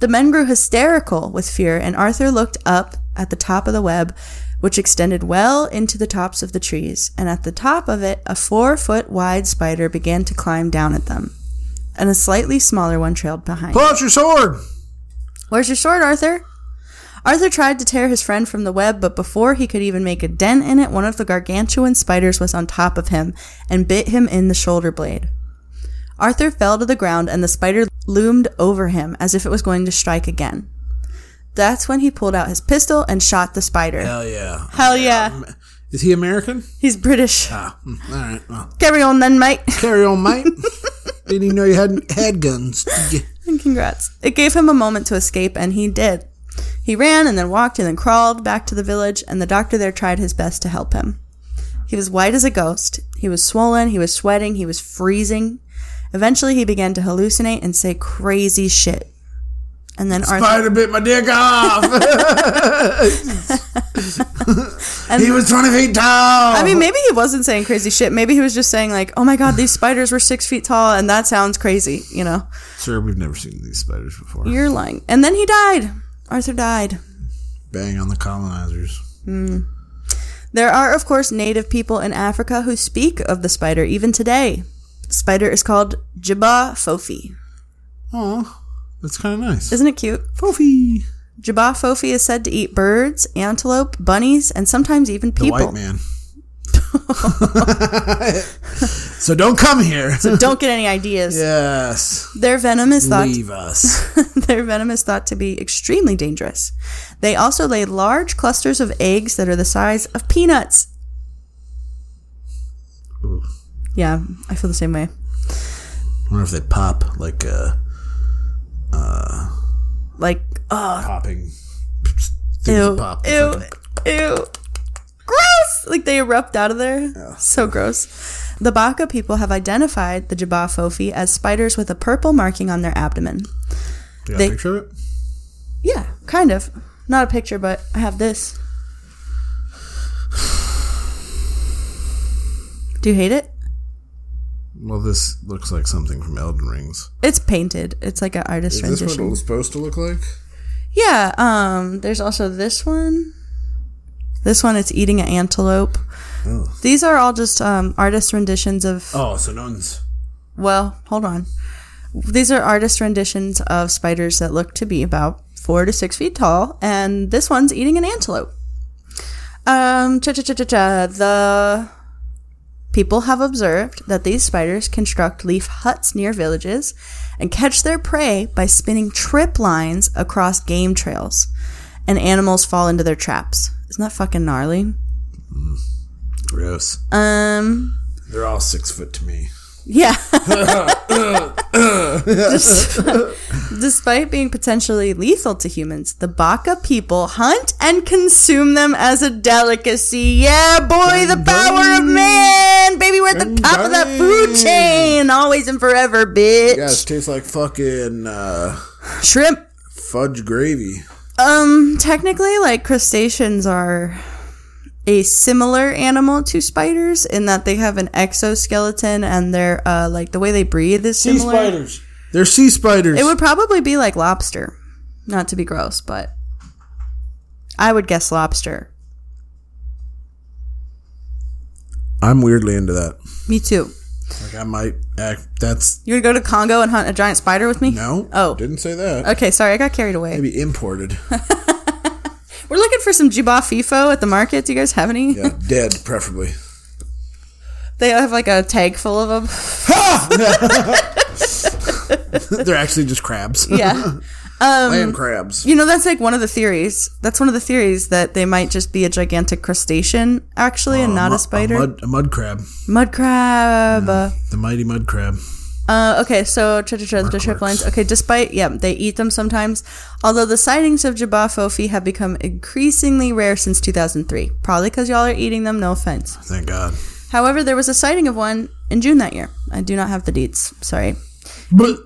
S4: The men grew hysterical with fear, and Arthur looked up at the top of the web, which extended well into the tops of the trees. And at the top of it, a four foot wide spider began to climb down at them. And a slightly smaller one trailed behind.
S2: Pull out your sword.
S4: Where's your sword, Arthur? Arthur tried to tear his friend from the web, but before he could even make a dent in it, one of the gargantuan spiders was on top of him and bit him in the shoulder blade. Arthur fell to the ground and the spider loomed over him as if it was going to strike again. That's when he pulled out his pistol and shot the spider.
S2: Hell yeah.
S4: Hell yeah.
S2: Is he American?
S4: He's British.
S2: Ah, mm, all right. Well,
S4: Carry on then, mate.
S2: carry on, mate. Didn't even know you had had guns. did ya?
S4: And congrats. It gave him a moment to escape, and he did. He ran and then walked and then crawled back to the village, and the doctor there tried his best to help him. He was white as a ghost. He was swollen, he was sweating, he was freezing. Eventually, he began to hallucinate and say crazy shit. And then Arthur,
S2: Spider bit my dick off. he was 20 feet tall.
S4: I mean, maybe he wasn't saying crazy shit. Maybe he was just saying, like, oh my god, these spiders were six feet tall, and that sounds crazy, you know?
S2: Sir, we've never seen these spiders before.
S4: You're lying. And then he died. Arthur died.
S2: Bang on the colonizers.
S4: There are, of course, native people in Africa who speak of the spider even today. The spider is called Jabba Fofi.
S2: Aw, that's kind of nice.
S4: Isn't it cute?
S2: Fofi.
S4: Jabba Fofi is said to eat birds, antelope, bunnies, and sometimes even
S2: The
S4: people.
S2: white man. so don't come here.
S4: So don't get any ideas.
S2: yes.
S4: Their venom is thought
S2: Leave us.
S4: their venom is thought to be extremely dangerous. They also lay large clusters of eggs that are the size of peanuts.
S2: Ooh.
S4: Yeah, I feel the same way.
S2: I wonder if they pop like uh,
S4: Like, oh,
S2: popping. Things
S4: ew,
S2: pop.
S4: ew, ew, gross! Like they erupt out of there. So gross. The Baka people have identified the Jabba Fofi as spiders with a purple marking on their abdomen.
S2: You got
S4: They-
S2: a picture of it?
S4: Yeah, kind of. Not a picture, but I have this. Do you hate it?
S2: Well, this looks like something from Elden Rings.
S4: It's painted. It's like an artist
S2: Is this what it
S4: rendition.
S2: was supposed to look like?
S4: Yeah. Um. There's also this one. This one, it's eating an antelope.
S2: Oh.
S4: These are all just um, artist renditions of
S2: Oh, so no one's.
S4: Well, hold on. These are artist renditions of spiders that look to be about four to six feet tall, and this one's eating an antelope. Um, cha cha cha cha cha. The people have observed that these spiders construct leaf huts near villages and catch their prey by spinning trip lines across game trails, and animals fall into their traps. Isn't that fucking gnarly?
S2: Gross.
S4: Um,
S2: They're all six foot to me.
S4: Yeah. Just- Despite being potentially lethal to humans, the Baka people hunt and consume them as a delicacy. Yeah, boy, the power of man! Baby, we're at the top of that food chain, always and forever, bitch.
S2: Guys, tastes like fucking uh,
S4: Shrimp.
S2: fudge gravy.
S4: Um, technically, like crustaceans are a similar animal to spiders in that they have an exoskeleton and they're uh like the way they breathe is similar.
S2: They're sea spiders.
S4: It would probably be like lobster. Not to be gross, but I would guess lobster.
S2: I'm weirdly into that.
S4: Me too.
S2: Like I might act. That's
S4: You would go to Congo and hunt a giant spider with me?
S2: no.
S4: Oh.
S2: didn't say that.
S4: Okay, sorry, I got carried away.
S2: Maybe imported.
S4: We're looking for some Jiba Fifo at the market. Do you guys have any?
S2: Yeah, dead preferably.
S4: They have like a tag full of them.
S2: They're actually just crabs.
S4: Yeah. Um,
S2: Land crabs.
S4: you know, that's like one of the theories. That's one of the theories that they might just be a gigantic crustacean, actually, and not
S2: Oh, mu-
S4: a spider. Mud,
S2: mud, a mud crab.
S4: crab. uh,
S2: The mighty mud crab.
S4: Uh, okay, so tra- tra- tra- the trip lines. Okay, despite yeah, they eat them sometimes. Although the sightings of Jabba Fofi have become increasingly rare since 2003, probably because y'all are eating them. No offense.
S2: Thank God.
S4: However, there was a sighting of one in June that year. I do not have the deets. Sorry.
S2: But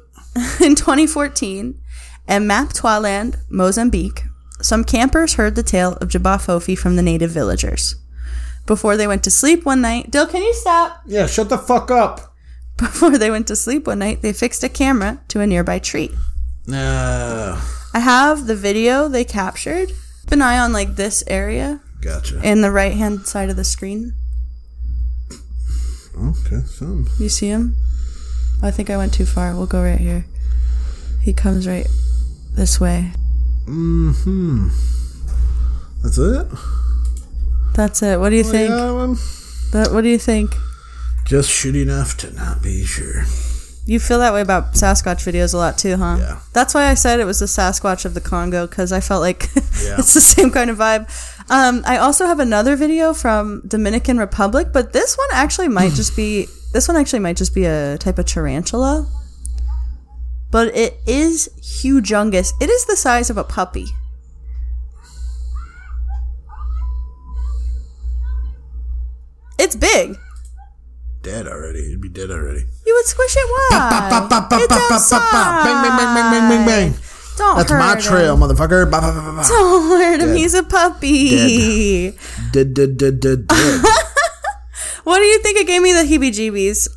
S4: In 2014, in Maptwaland, Mozambique, some campers heard the tale of Jabba Fofi from the native villagers. Before they went to sleep one night, Dill, can you stop?
S2: yeah, shut the fuck up.
S4: Before they went to sleep one night, they fixed a camera to a nearby tree.
S2: Nah.
S4: I have the video they captured. Keep an eye on like this area
S2: Gotcha.
S4: in the right hand side of the screen.
S2: okay, some.
S4: You see him? I think I went too far. We'll go right here. He comes right this way.
S2: Hmm. That's it.
S4: That's it. What do you think?
S2: Oh, Yeah, I'm
S4: That, what do you think?
S2: just shitty enough to not be sure.
S4: You feel that way about Sasquatch videos a lot too, huh?
S2: Yeah.
S4: That's why I said it was the Sasquatch of the Congo because I felt like
S2: Yeah.
S4: it's the same kind of vibe. Um, I also have another video from Dominican Republic, but this one actually might just be this one actually might just be a type of tarantula. But it is hugeungous. It is the size of a puppy. It's big.
S2: Dead already. It'd be dead already.
S4: You would squish it wide.
S2: Ba, ba, ba, ba,
S4: Oh. It's
S2: ba, ba, ba, ba. Bang, bang, bang, bang, bang, bang, bang.
S4: Don't
S2: That's my
S4: hurt
S2: trail,
S4: Him.
S2: motherfucker. Ba, ba, ba, ba, ba.
S4: Don't hurt him. He's a puppy.
S2: Dead, dead, dead, dead, dead.
S4: What do you think? It gave me the heebie-jeebies.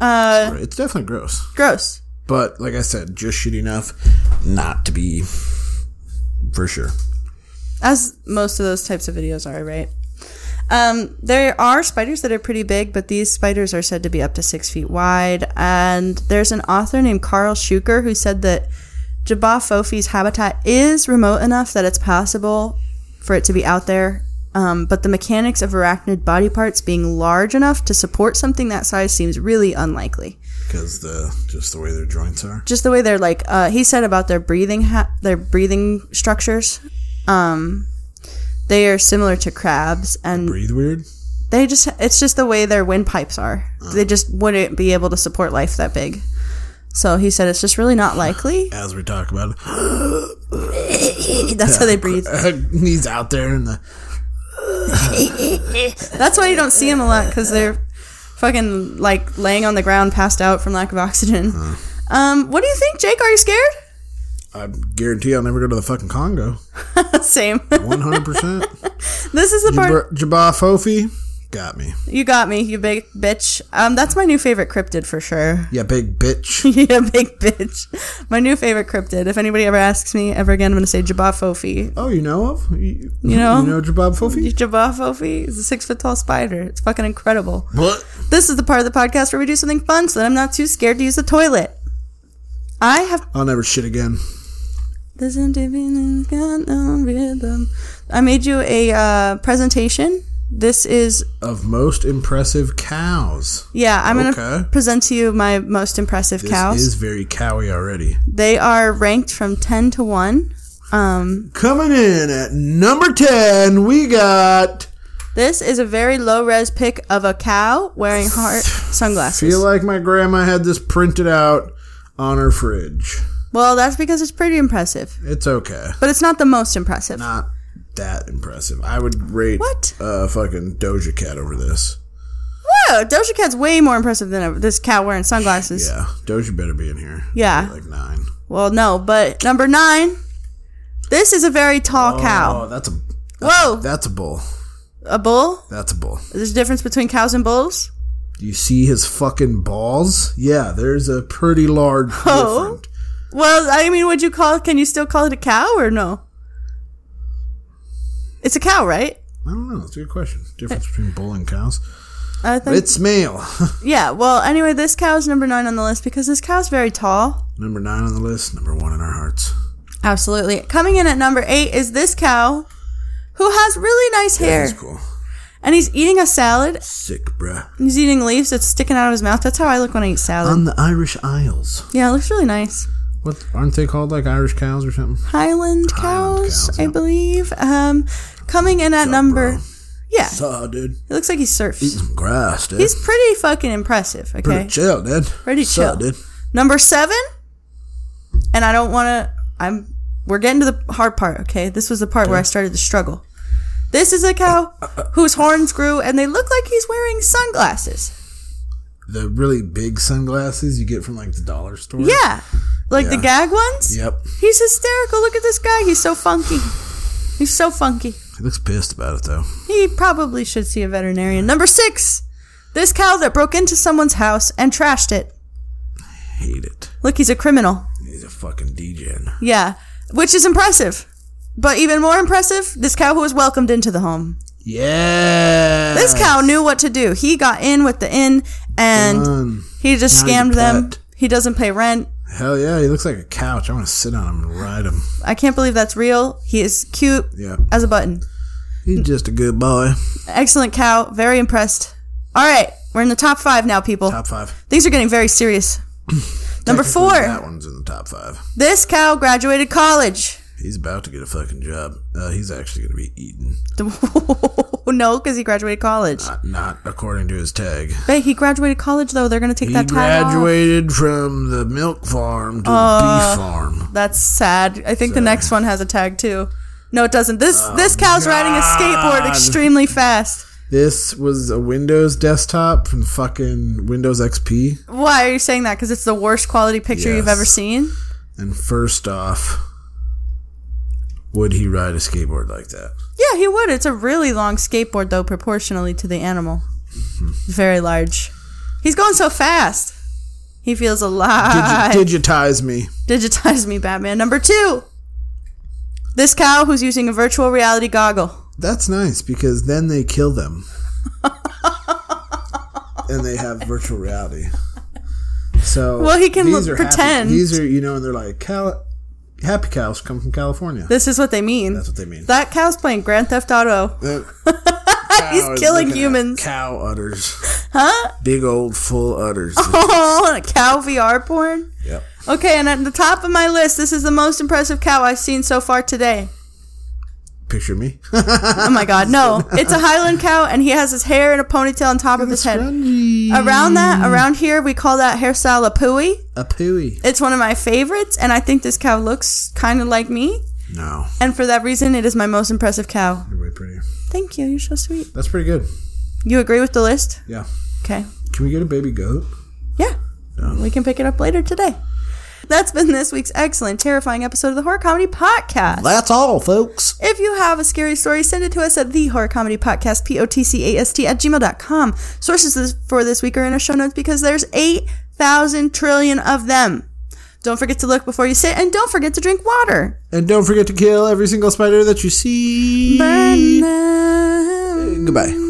S4: Uh,
S2: It's definitely gross.
S4: gross.
S2: But like I said, just shitty enough not to be for sure.
S4: As most of those types of videos are, right? Um, there are spiders that are pretty big, but these spiders are said to be up to six feet wide. And there's an author named Carl Schuker who said that Jabafofi's habitat is remote enough that it's possible for it to be out there. Um, but the mechanics of arachnid body parts being large enough to support something that size seems really unlikely
S2: Because the just the way their joints are.
S4: just the way they're like uh, he said about their breathing ha- their breathing structures um they are similar to crabs and
S2: Breathe weird.
S4: they just it's just the way their windpipes are they just wouldn't be able to support life that big so he said it's just really not likely
S2: As we talk about it.
S4: that's how they breathe
S2: He's out there in the
S4: that's why you don't see them a lot because they're fucking like laying on the ground passed out from lack of oxygen um what do you think jake are you scared
S2: I guarantee I'll never go to the fucking Congo.
S4: same
S2: One hundred percent.
S4: this is the part
S2: Jabba Fofi got me.
S4: You got me, you big bitch. Um, that's my new favorite cryptid for sure.
S2: Yeah, big bitch.
S4: yeah, big bitch. My new favorite cryptid. If anybody ever asks me ever again, I'm gonna say Jabafofi.
S2: Oh, you know of you,
S4: You know?
S2: you know Jabba Fofi.
S4: Jabafofi is a six foot tall spider. It's fucking incredible.
S2: What?
S4: This is the part of the podcast where we do something fun so that I'm not too scared to use the toilet. I have
S2: I'll never shit again.
S4: doesn't even got no rhythm. I made you a uh, presentation. This is
S2: Of most impressive cows.
S4: yeah. I'm gonna
S2: Okay.
S4: present to you my most impressive
S2: This
S4: cows.
S2: is very cowy already.
S4: They are ranked from 10 to 1. Um,
S2: Coming in at number ten, we got
S4: this is a very low res pic of a cow wearing heart sunglasses.
S2: Feel like my grandma had this printed out on her fridge.
S4: well, that's because it's pretty impressive,
S2: It's okay.
S4: but it's not the most impressive.
S2: Not that impressive. I would rate
S4: What?
S2: uh fucking Doja Cat over this.
S4: Whoa, Doja Cat's way more impressive than a, this cow wearing sunglasses.
S2: Yeah, Doja better be in here.
S4: Yeah.
S2: like nine.
S4: Well, no, but number 9, this is a very tall cow.
S2: Oh, that's a
S4: Whoa,
S2: that's a bull.
S4: a bull?
S2: That's a bull.
S4: There's a difference between cows and bulls?
S2: Do you see his fucking balls? Yeah, there's a pretty large
S4: Oh.
S2: difference.
S4: Well, I mean, would you call can you still call it a cow or no? It's a cow, right?
S2: I don't know. It's a good question. Difference between bull and cows.
S4: I think
S2: It's male.
S4: Yeah, well, anyway, this cow's number nine on the list because this cow's very tall.
S2: number nine on the list. Number one in our hearts.
S4: Absolutely. Coming in at number eight is this cow who has really nice hair.
S2: That's cool.
S4: And he's eating a salad.
S2: Sick, bruh.
S4: He's eating leaves that's sticking out of his mouth. That's how I look when I eat salad.
S2: On the Irish Isles.
S4: yeah, it looks really nice.
S2: What aren't they called like Irish cows or something? Highland
S4: Highland cows,
S2: cows,
S4: I
S2: yeah.
S4: believe. Um, coming in at number.
S2: bro?
S4: Yeah,
S2: Saw dude.
S4: it looks like he surfs.
S2: Some grass, dude.
S4: He's pretty fucking impressive, okay?
S2: pretty chill, dude.
S4: Pretty
S2: Saw,
S4: chill.
S2: dude.
S4: Number seven, and I don't want to. I'm. We're getting to the hard part. Okay, this was the part where I started to struggle. This is a cow whose horns grew, and they look like he's wearing sunglasses.
S2: The really big sunglasses you get from like the dollar store.
S4: Yeah, like the
S2: Yeah.
S4: gag ones.
S2: Yep.
S4: He's hysterical. Look at this guy. He's so funky. He's so funky.
S2: He looks pissed about it though.
S4: He probably should see a veterinarian. Number six, this cow that broke into someone's house and trashed it.
S2: Hate it.
S4: Look, he's a criminal.
S2: He's a fucking DJ.
S4: Yeah, which is impressive. But even more impressive, this cow who was welcomed into the home.
S2: Yeah.
S4: This cow knew what to do. He got in with the in and
S2: Done.
S4: he just
S2: Now
S4: scammed
S2: you
S4: them.
S2: pet.
S4: He doesn't pay rent.
S2: Hell yeah, he looks like a couch. I want to sit on him and ride him.
S4: I can't believe that's real. He is cute
S2: Yeah.
S4: as a button.
S2: He's just a good boy.
S4: Excellent cow. Very impressed. All right, we're in the top five now, people.
S2: Top five.
S4: Things are getting very serious. Number
S2: Technically,
S4: four,
S2: That one's in the top five.
S4: this cow graduated college.
S2: He's about to get a fucking job. Uh, he's actually going to be eaten.
S4: no, because he graduated college.
S2: Not, not according to his tag.
S4: But he graduated college, though. They're going to take
S2: He
S4: that time off.
S2: graduated from the milk farm to
S4: Uh.
S2: the bee farm.
S4: That's sad. I think the next one has a tag too. No, it doesn't. This this cow's riding a skateboard
S2: Oh, God.
S4: extremely fast.
S2: This was a Windows desktop from fucking Windows XP.
S4: Why are you saying that? Because it's the worst quality picture you've
S2: Yes.
S4: ever seen.
S2: And first off, would he ride a skateboard like that?
S4: Yeah, he would. It's a really long skateboard though, proportionally to the animal. Very large. He's going so fast. He feels alive.
S2: Digi- digitize me.
S4: Digitize me, Batman. Number two. This cow who's using a virtual reality goggle.
S2: That's nice because then they kill them. and they have virtual reality. So
S4: Well, he can
S2: these are
S4: pretend.
S2: Happy, these are you know, and they're like Cali- happy cows come from California.
S4: This is what they mean.
S2: That's what they mean.
S4: that cow's playing Grand Theft Auto.
S2: He's
S4: killing humans.
S2: Cow udders. Huh? Big old full udders.
S4: Oh, a cow VR porn?
S2: Yep.
S4: Okay, and at the top of my list, this is the most impressive cow I've seen so far today.
S2: Picture me.
S4: Oh my god, no. It's a Highland cow, and he has his hair in a ponytail on top of his head.
S2: Grungy.
S4: Around that, around here, we call that hairstyle a pooey.
S2: A pooey.
S4: It's one of my favorites, and I think this cow looks kind of like me.
S2: No.
S4: And for that reason, it is my most impressive cow.
S2: You're way prettier.
S4: Thank you, you're so sweet.
S2: That's pretty good.
S4: You agree with the list?
S2: Yeah.
S4: Okay.
S2: Can we get a baby goat?
S4: Yeah. We can pick it up later today. That's been this week's excellent, terrifying episode of the Horror Comedy Podcast.
S2: That's all, folks.
S4: If you have a scary story, send it to us at the horror comedy podcast, P O T C A S T, at gmail.com. Sources this- for this week are in our show notes because there's 8,000 trillion of them. Don't forget to look before you sit and don't forget to drink water.
S2: And don't forget to kill every single spider that you see.
S4: Burn them.
S2: Goodbye.